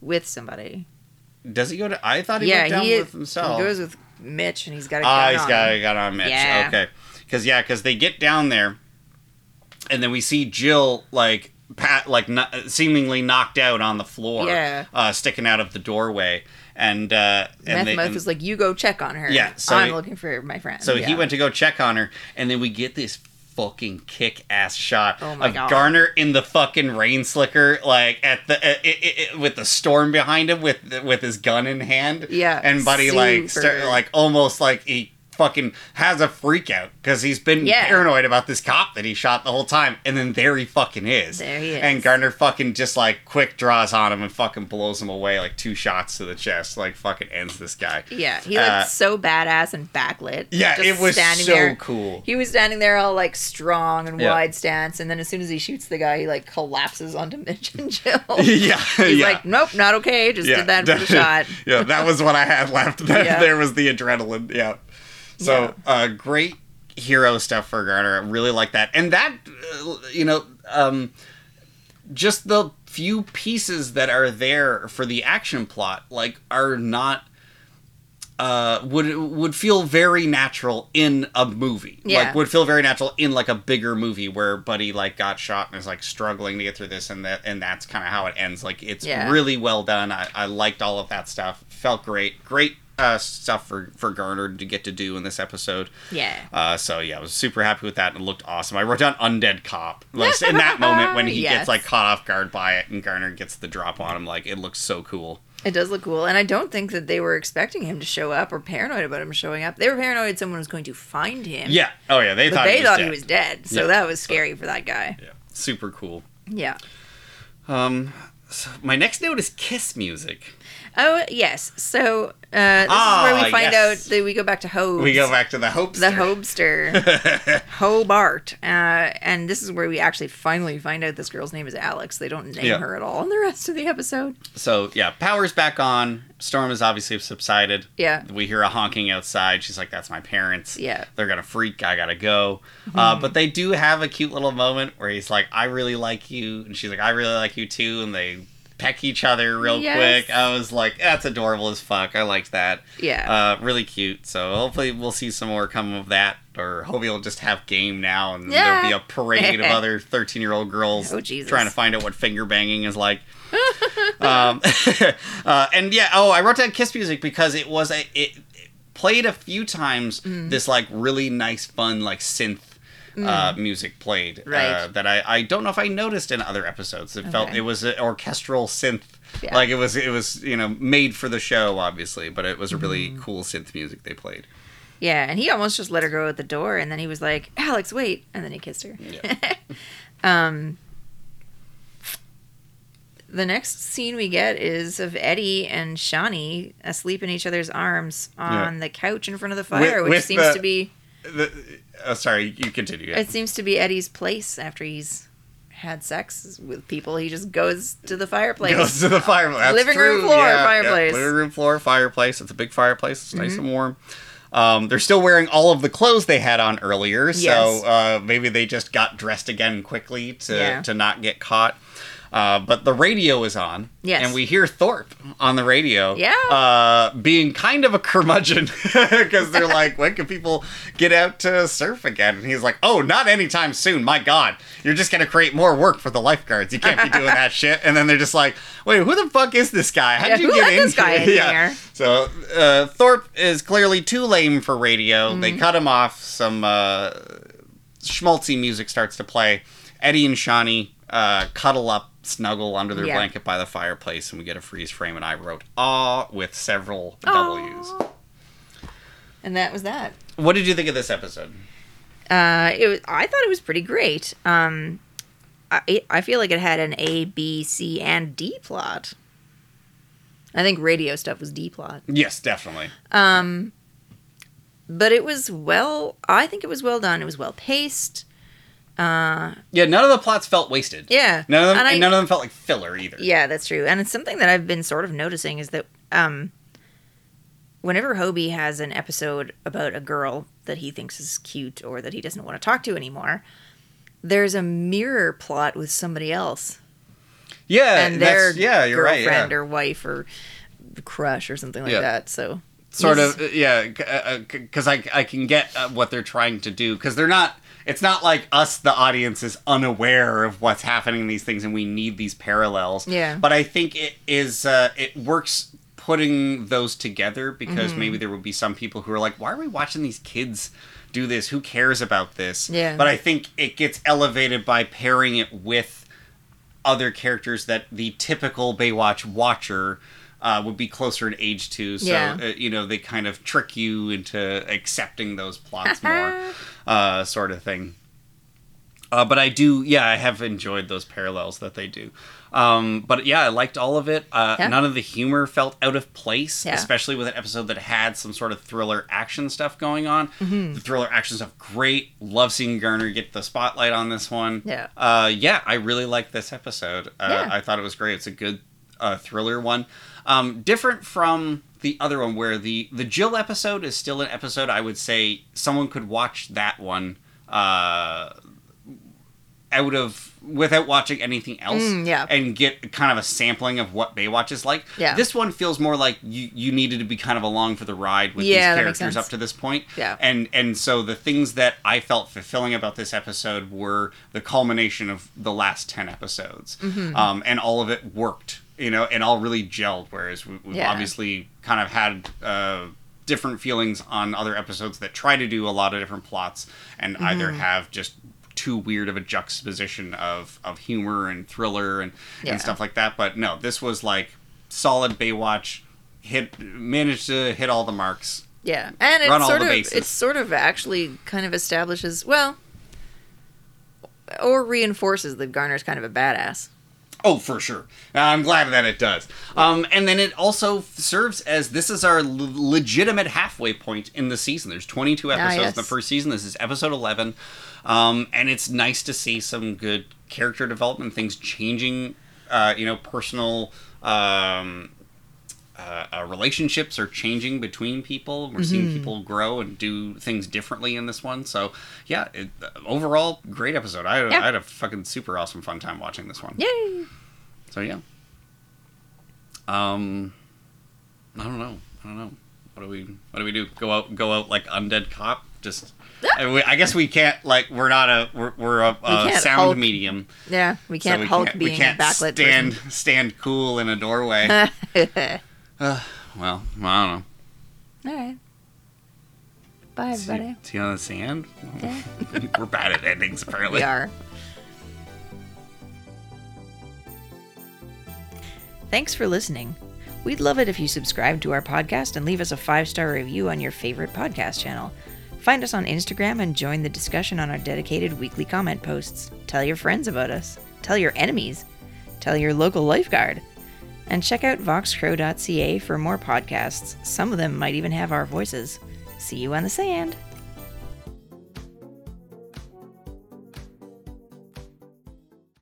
[SPEAKER 2] with somebody
[SPEAKER 1] Does he go to. I thought he
[SPEAKER 2] yeah
[SPEAKER 1] went down
[SPEAKER 2] he,
[SPEAKER 1] with himself.
[SPEAKER 2] he goes with mitch and he's got a
[SPEAKER 1] Ah,
[SPEAKER 2] gun
[SPEAKER 1] he's
[SPEAKER 2] on
[SPEAKER 1] got
[SPEAKER 2] him.
[SPEAKER 1] a gun on Mitch.
[SPEAKER 2] Yeah.
[SPEAKER 1] Okay. Because yeah, because they get down there, and then we see Jill like pat like no, seemingly knocked out on the floor,
[SPEAKER 2] Yeah.
[SPEAKER 1] uh, sticking out of the doorway, and uh,
[SPEAKER 2] Meth
[SPEAKER 1] and they-
[SPEAKER 2] Mouth
[SPEAKER 1] and-
[SPEAKER 2] was like, "You go check on her.
[SPEAKER 1] Yeah, so
[SPEAKER 2] I'm
[SPEAKER 1] he-
[SPEAKER 2] looking for my friend."
[SPEAKER 1] So he
[SPEAKER 2] Yeah.
[SPEAKER 1] went to go check on her, and then we get this fucking kick ass shot
[SPEAKER 2] Oh my
[SPEAKER 1] of
[SPEAKER 2] God.
[SPEAKER 1] Garner in the fucking rain slicker, like at the uh, it, it, it- with the storm behind him with with his gun in hand.
[SPEAKER 2] Yeah,
[SPEAKER 1] and Buddy like
[SPEAKER 2] super.
[SPEAKER 1] start, like almost like he fucking has a freak out because he's been
[SPEAKER 2] Yeah.
[SPEAKER 1] paranoid about this cop that he shot the whole time, and then there he fucking is.
[SPEAKER 2] There he is.
[SPEAKER 1] And Garner fucking just like quick draws on him and fucking blows him away like two shots to the chest, like fucking ends this guy.
[SPEAKER 2] Yeah, he looked
[SPEAKER 1] Uh,
[SPEAKER 2] so badass and backlit.
[SPEAKER 1] Yeah,
[SPEAKER 2] Just
[SPEAKER 1] it was
[SPEAKER 2] standing
[SPEAKER 1] so
[SPEAKER 2] there.
[SPEAKER 1] cool.
[SPEAKER 2] He was standing there all like strong and
[SPEAKER 1] Yeah.
[SPEAKER 2] wide stance, and then as soon as he shoots the guy, he like collapses onto Mitch and Jill.
[SPEAKER 1] yeah,
[SPEAKER 2] He's
[SPEAKER 1] yeah.
[SPEAKER 2] like, nope, not okay. Just did that for the
[SPEAKER 1] def-
[SPEAKER 2] shot.
[SPEAKER 1] yeah, that was what I had left. That,
[SPEAKER 2] Yeah.
[SPEAKER 1] There was the adrenaline. Yeah. So Uh, great hero stuff for Garner. I really like that. And that, uh, you know, um, just the few pieces that are there for the action plot, like, are not. Uh, would would feel very natural in a movie.
[SPEAKER 2] Yeah.
[SPEAKER 1] Like would feel very natural in like a bigger movie where Buddy like got shot and is like struggling to get through this and that and that's kind of how it ends. Like it's
[SPEAKER 2] Yeah.
[SPEAKER 1] really well done. I, I liked all of that stuff. Felt great. Great uh, stuff for for Garner to get to do in this episode.
[SPEAKER 2] Yeah.
[SPEAKER 1] Uh, so yeah, I was super happy with that and it looked awesome. I wrote down undead cop like, in that moment when he
[SPEAKER 2] Yes.
[SPEAKER 1] gets like caught off guard by it and Garner gets the drop on him. Like it looks so cool.
[SPEAKER 2] It does look cool, and I don't think that they were expecting him to show up or paranoid about him showing up. They were paranoid someone was going to find him.
[SPEAKER 1] Yeah. Oh yeah. They
[SPEAKER 2] but
[SPEAKER 1] thought
[SPEAKER 2] they
[SPEAKER 1] he was
[SPEAKER 2] thought
[SPEAKER 1] dead.
[SPEAKER 2] he was dead, so
[SPEAKER 1] Yeah.
[SPEAKER 2] that was scary for that guy.
[SPEAKER 1] Yeah. Super cool.
[SPEAKER 2] Yeah.
[SPEAKER 1] Um, so my next note is kiss music.
[SPEAKER 2] Oh yes. So uh, this is where
[SPEAKER 1] Ah,
[SPEAKER 2] we find
[SPEAKER 1] yes.
[SPEAKER 2] out that we go back to Hobes.
[SPEAKER 1] We go back to the hopes.
[SPEAKER 2] the Hobster, Hobart, uh, and this is where we actually finally find out this girl's name is Alex. They don't name
[SPEAKER 1] Yeah.
[SPEAKER 2] her at all in the rest of the episode.
[SPEAKER 1] So yeah, power's back on. Storm is obviously subsided.
[SPEAKER 2] Yeah.
[SPEAKER 1] We hear a honking outside. She's like, "That's my parents."
[SPEAKER 2] Yeah. Hmm.
[SPEAKER 1] They're gonna freak. I gotta go. Uh, but they do have a cute little moment where he's like, "I really like you," and she's like, "I really like you too," and they peck each other real
[SPEAKER 2] Yes.
[SPEAKER 1] quick. I was like, "That's adorable as fuck." I liked that.
[SPEAKER 2] Yeah.
[SPEAKER 1] Uh, really cute. So hopefully we'll see some more come of that, or hopefully we'll just have game now, and
[SPEAKER 2] Yeah.
[SPEAKER 1] there'll be a parade of other thirteen-year-old girls
[SPEAKER 2] Oh, Jesus.
[SPEAKER 1] trying to find out what finger banging is like. um, uh, and yeah, oh, I wrote down kiss music because it was a
[SPEAKER 2] Mm-hmm.
[SPEAKER 1] it, it played a few times. This like really nice, fun like synth uh, music played uh,
[SPEAKER 2] Mm. Right.
[SPEAKER 1] that I, I don't know if I noticed in other episodes. It felt
[SPEAKER 2] Okay.
[SPEAKER 1] it was an orchestral synth.
[SPEAKER 2] Yeah.
[SPEAKER 1] Like it was, it was you know made for the show, obviously, but it was a really
[SPEAKER 2] Mm.
[SPEAKER 1] cool synth music they played.
[SPEAKER 2] Yeah, and he almost just let her go at the door, and then he was like, "Alex, wait!" And then he kissed her.
[SPEAKER 1] Yeah.
[SPEAKER 2] um, the next scene we get is of Eddie and Shawnee asleep in each other's arms on the couch in front of the fire, which
[SPEAKER 1] with
[SPEAKER 2] seems
[SPEAKER 1] the-
[SPEAKER 2] to be
[SPEAKER 1] The- oh, sorry, you continue. yeah.
[SPEAKER 2] it seems to be Eddie's place after he's had sex with people. He just goes to the fireplace.
[SPEAKER 1] Goes to the fireplace. That's
[SPEAKER 2] Living room
[SPEAKER 1] true.
[SPEAKER 2] floor,
[SPEAKER 1] Yeah, yeah.
[SPEAKER 2] fireplace. Mm-hmm.
[SPEAKER 1] Living room floor, fireplace. It's a big fireplace. It's nice and warm. Um, they're still wearing all of the clothes they had on earlier, so
[SPEAKER 2] Yes.
[SPEAKER 1] uh, maybe they just got dressed again quickly to
[SPEAKER 2] Yeah.
[SPEAKER 1] to not get caught. Uh, but the radio is on,
[SPEAKER 2] Yes.
[SPEAKER 1] and we hear Thorpe on the radio,
[SPEAKER 2] Yeah.
[SPEAKER 1] uh, being kind of a curmudgeon because they're like, when can people get out to surf again? And he's like, oh, not anytime soon. My God, you're just gonna create more work for the lifeguards. You can't be doing that shit. And then they're just like, wait, who the fuck is this guy? How
[SPEAKER 2] Yeah,
[SPEAKER 1] did you
[SPEAKER 2] who
[SPEAKER 1] get
[SPEAKER 2] let
[SPEAKER 1] in
[SPEAKER 2] this guy
[SPEAKER 1] here?
[SPEAKER 2] in
[SPEAKER 1] Yeah.
[SPEAKER 2] here?
[SPEAKER 1] So uh, Thorpe is clearly too lame for radio.
[SPEAKER 2] Mm-hmm.
[SPEAKER 1] They cut him off. Some uh, schmaltzy music starts to play. Eddie and Shawnee uh, cuddle up, snuggle under their
[SPEAKER 2] Yeah.
[SPEAKER 1] blanket by the fireplace, and we get a freeze frame. And I wrote "ah" with several W's.
[SPEAKER 2] and that was that.
[SPEAKER 1] What did you think of this episode?
[SPEAKER 2] Uh, it was, I thought it was pretty great. Um, I it- I feel like it had an A, B, C, and D plot. I think radio stuff was D plot,
[SPEAKER 1] Yes, definitely.
[SPEAKER 2] but it was well. I think it was well done. It was well paced.
[SPEAKER 1] Yeah, none of the plots felt wasted.
[SPEAKER 2] Yeah,
[SPEAKER 1] None of them, and,
[SPEAKER 2] And I-
[SPEAKER 1] none of them felt like filler either.
[SPEAKER 2] Yeah, that's true. And it's something that I've been sort of noticing is that um whenever Hobie has an episode about a girl that he thinks is cute or that he doesn't want to talk to anymore, there's a mirror plot with somebody else
[SPEAKER 1] yeah,
[SPEAKER 2] and
[SPEAKER 1] that's-
[SPEAKER 2] their
[SPEAKER 1] yeah, you're right.
[SPEAKER 2] girlfriend
[SPEAKER 1] Yeah.
[SPEAKER 2] or wife or crush or something like
[SPEAKER 1] Yeah.
[SPEAKER 2] that. So
[SPEAKER 1] sort
[SPEAKER 2] Yes.
[SPEAKER 1] of uh, yeah because I, I can get uh, what they're trying to do because they're not it's not like us the audience is unaware of what's happening in these things and we need these parallels
[SPEAKER 2] Yeah.
[SPEAKER 1] but i think it is uh, it works putting those together because
[SPEAKER 2] Mm-hmm.
[SPEAKER 1] maybe there would be some people who are like why are we watching these kids do this who cares about this
[SPEAKER 2] Yeah.
[SPEAKER 1] but i think it gets elevated by pairing it with other characters that the typical Baywatch watcher uh, would be closer in age to. So,
[SPEAKER 2] Yeah.
[SPEAKER 1] uh, you know, they kind of trick you into accepting those plots
[SPEAKER 2] Uh-huh.
[SPEAKER 1] more, uh, sort of thing. Uh, but I do, yeah, I have enjoyed those parallels that they do. Um, but yeah, I liked all of it. Uh,
[SPEAKER 2] Yeah.
[SPEAKER 1] None of the humor felt out of place,
[SPEAKER 2] Yeah.
[SPEAKER 1] especially with an episode that had some sort of thriller action stuff going on.
[SPEAKER 2] Mm-hmm.
[SPEAKER 1] The thriller action stuff, great. Love seeing Garner get the spotlight on this one.
[SPEAKER 2] Yeah.
[SPEAKER 1] Uh, yeah, I really liked this episode. Uh,
[SPEAKER 2] Yeah.
[SPEAKER 1] I thought it was great. It's a good uh, thriller one. Um, different from the other one, where the the Jill episode is still an episode. I would say someone could watch that one uh, out of without watching anything else,
[SPEAKER 2] Mm, yeah.
[SPEAKER 1] and get kind of a sampling of what Baywatch is like.
[SPEAKER 2] Yeah.
[SPEAKER 1] This one feels more like you you needed to be kind of along for the ride with
[SPEAKER 2] Yeah,
[SPEAKER 1] these
[SPEAKER 2] that makes
[SPEAKER 1] characters up
[SPEAKER 2] sense.
[SPEAKER 1] to this point.
[SPEAKER 2] Yeah.
[SPEAKER 1] And and so the things that I felt fulfilling about this episode were the culmination of the last ten episodes,
[SPEAKER 2] Mm-hmm.
[SPEAKER 1] um, and all of it worked, you know, and all really gelled. Whereas we, we've
[SPEAKER 2] Yeah.
[SPEAKER 1] obviously kind of had. Uh, different feelings on other episodes that try to do a lot of different plots and
[SPEAKER 2] Mm-hmm.
[SPEAKER 1] either have just too weird of a juxtaposition of of humor and thriller and,
[SPEAKER 2] Yeah.
[SPEAKER 1] and stuff like that but no this was like solid baywatch hit managed to hit all the marks
[SPEAKER 2] yeah, and
[SPEAKER 1] Run
[SPEAKER 2] it
[SPEAKER 1] all
[SPEAKER 2] sort
[SPEAKER 1] the
[SPEAKER 2] of
[SPEAKER 1] bases.
[SPEAKER 2] it sort of actually kind of establishes well or reinforces that Garner's kind of a badass.
[SPEAKER 1] Oh, for sure. I'm glad that it does. Um, and then it also f- serves as this is our l- legitimate halfway point in the season. There's 22 episodes
[SPEAKER 2] Ah, yes.
[SPEAKER 1] in the first season. This is episode 11. Um, and it's nice to see some good character development, things changing, uh, you know, personal. Um, uh, uh, relationships are changing between people. We're
[SPEAKER 2] Mm-hmm.
[SPEAKER 1] seeing people grow and do things differently in this one. So, yeah, it, overall, great episode. I,
[SPEAKER 2] Yeah.
[SPEAKER 1] I had a fucking super awesome fun time watching this one.
[SPEAKER 2] Yay!
[SPEAKER 1] So yeah. Um, I don't know. I don't know. What do we? What do we do? Go out? Go out like undead cop? Just. I, we, I guess we can't like we're not a we're, we're a, a
[SPEAKER 2] can't
[SPEAKER 1] sound
[SPEAKER 2] Hulk.
[SPEAKER 1] medium.
[SPEAKER 2] Yeah, we
[SPEAKER 1] so
[SPEAKER 2] can't
[SPEAKER 1] we
[SPEAKER 2] Hulk
[SPEAKER 1] can't,
[SPEAKER 2] being
[SPEAKER 1] we can't
[SPEAKER 2] a backlit Uh,
[SPEAKER 1] stand stand cool in a doorway.
[SPEAKER 2] person.
[SPEAKER 1] well, I don't know.
[SPEAKER 2] All right. Bye,
[SPEAKER 1] See you-
[SPEAKER 2] everybody.
[SPEAKER 1] See, Sea on the Sand? We're bad at endings, apparently.
[SPEAKER 2] We are. Thanks for listening. We'd love it if you subscribe to our podcast and leave us a five star review on your favorite podcast channel. Find us on Instagram and join the discussion on our dedicated weekly comment posts. Tell your friends about us. Tell your enemies. Tell your local lifeguard. And check out voxcrow.ca for more podcasts. Some of them might even have our voices. See you on the sand.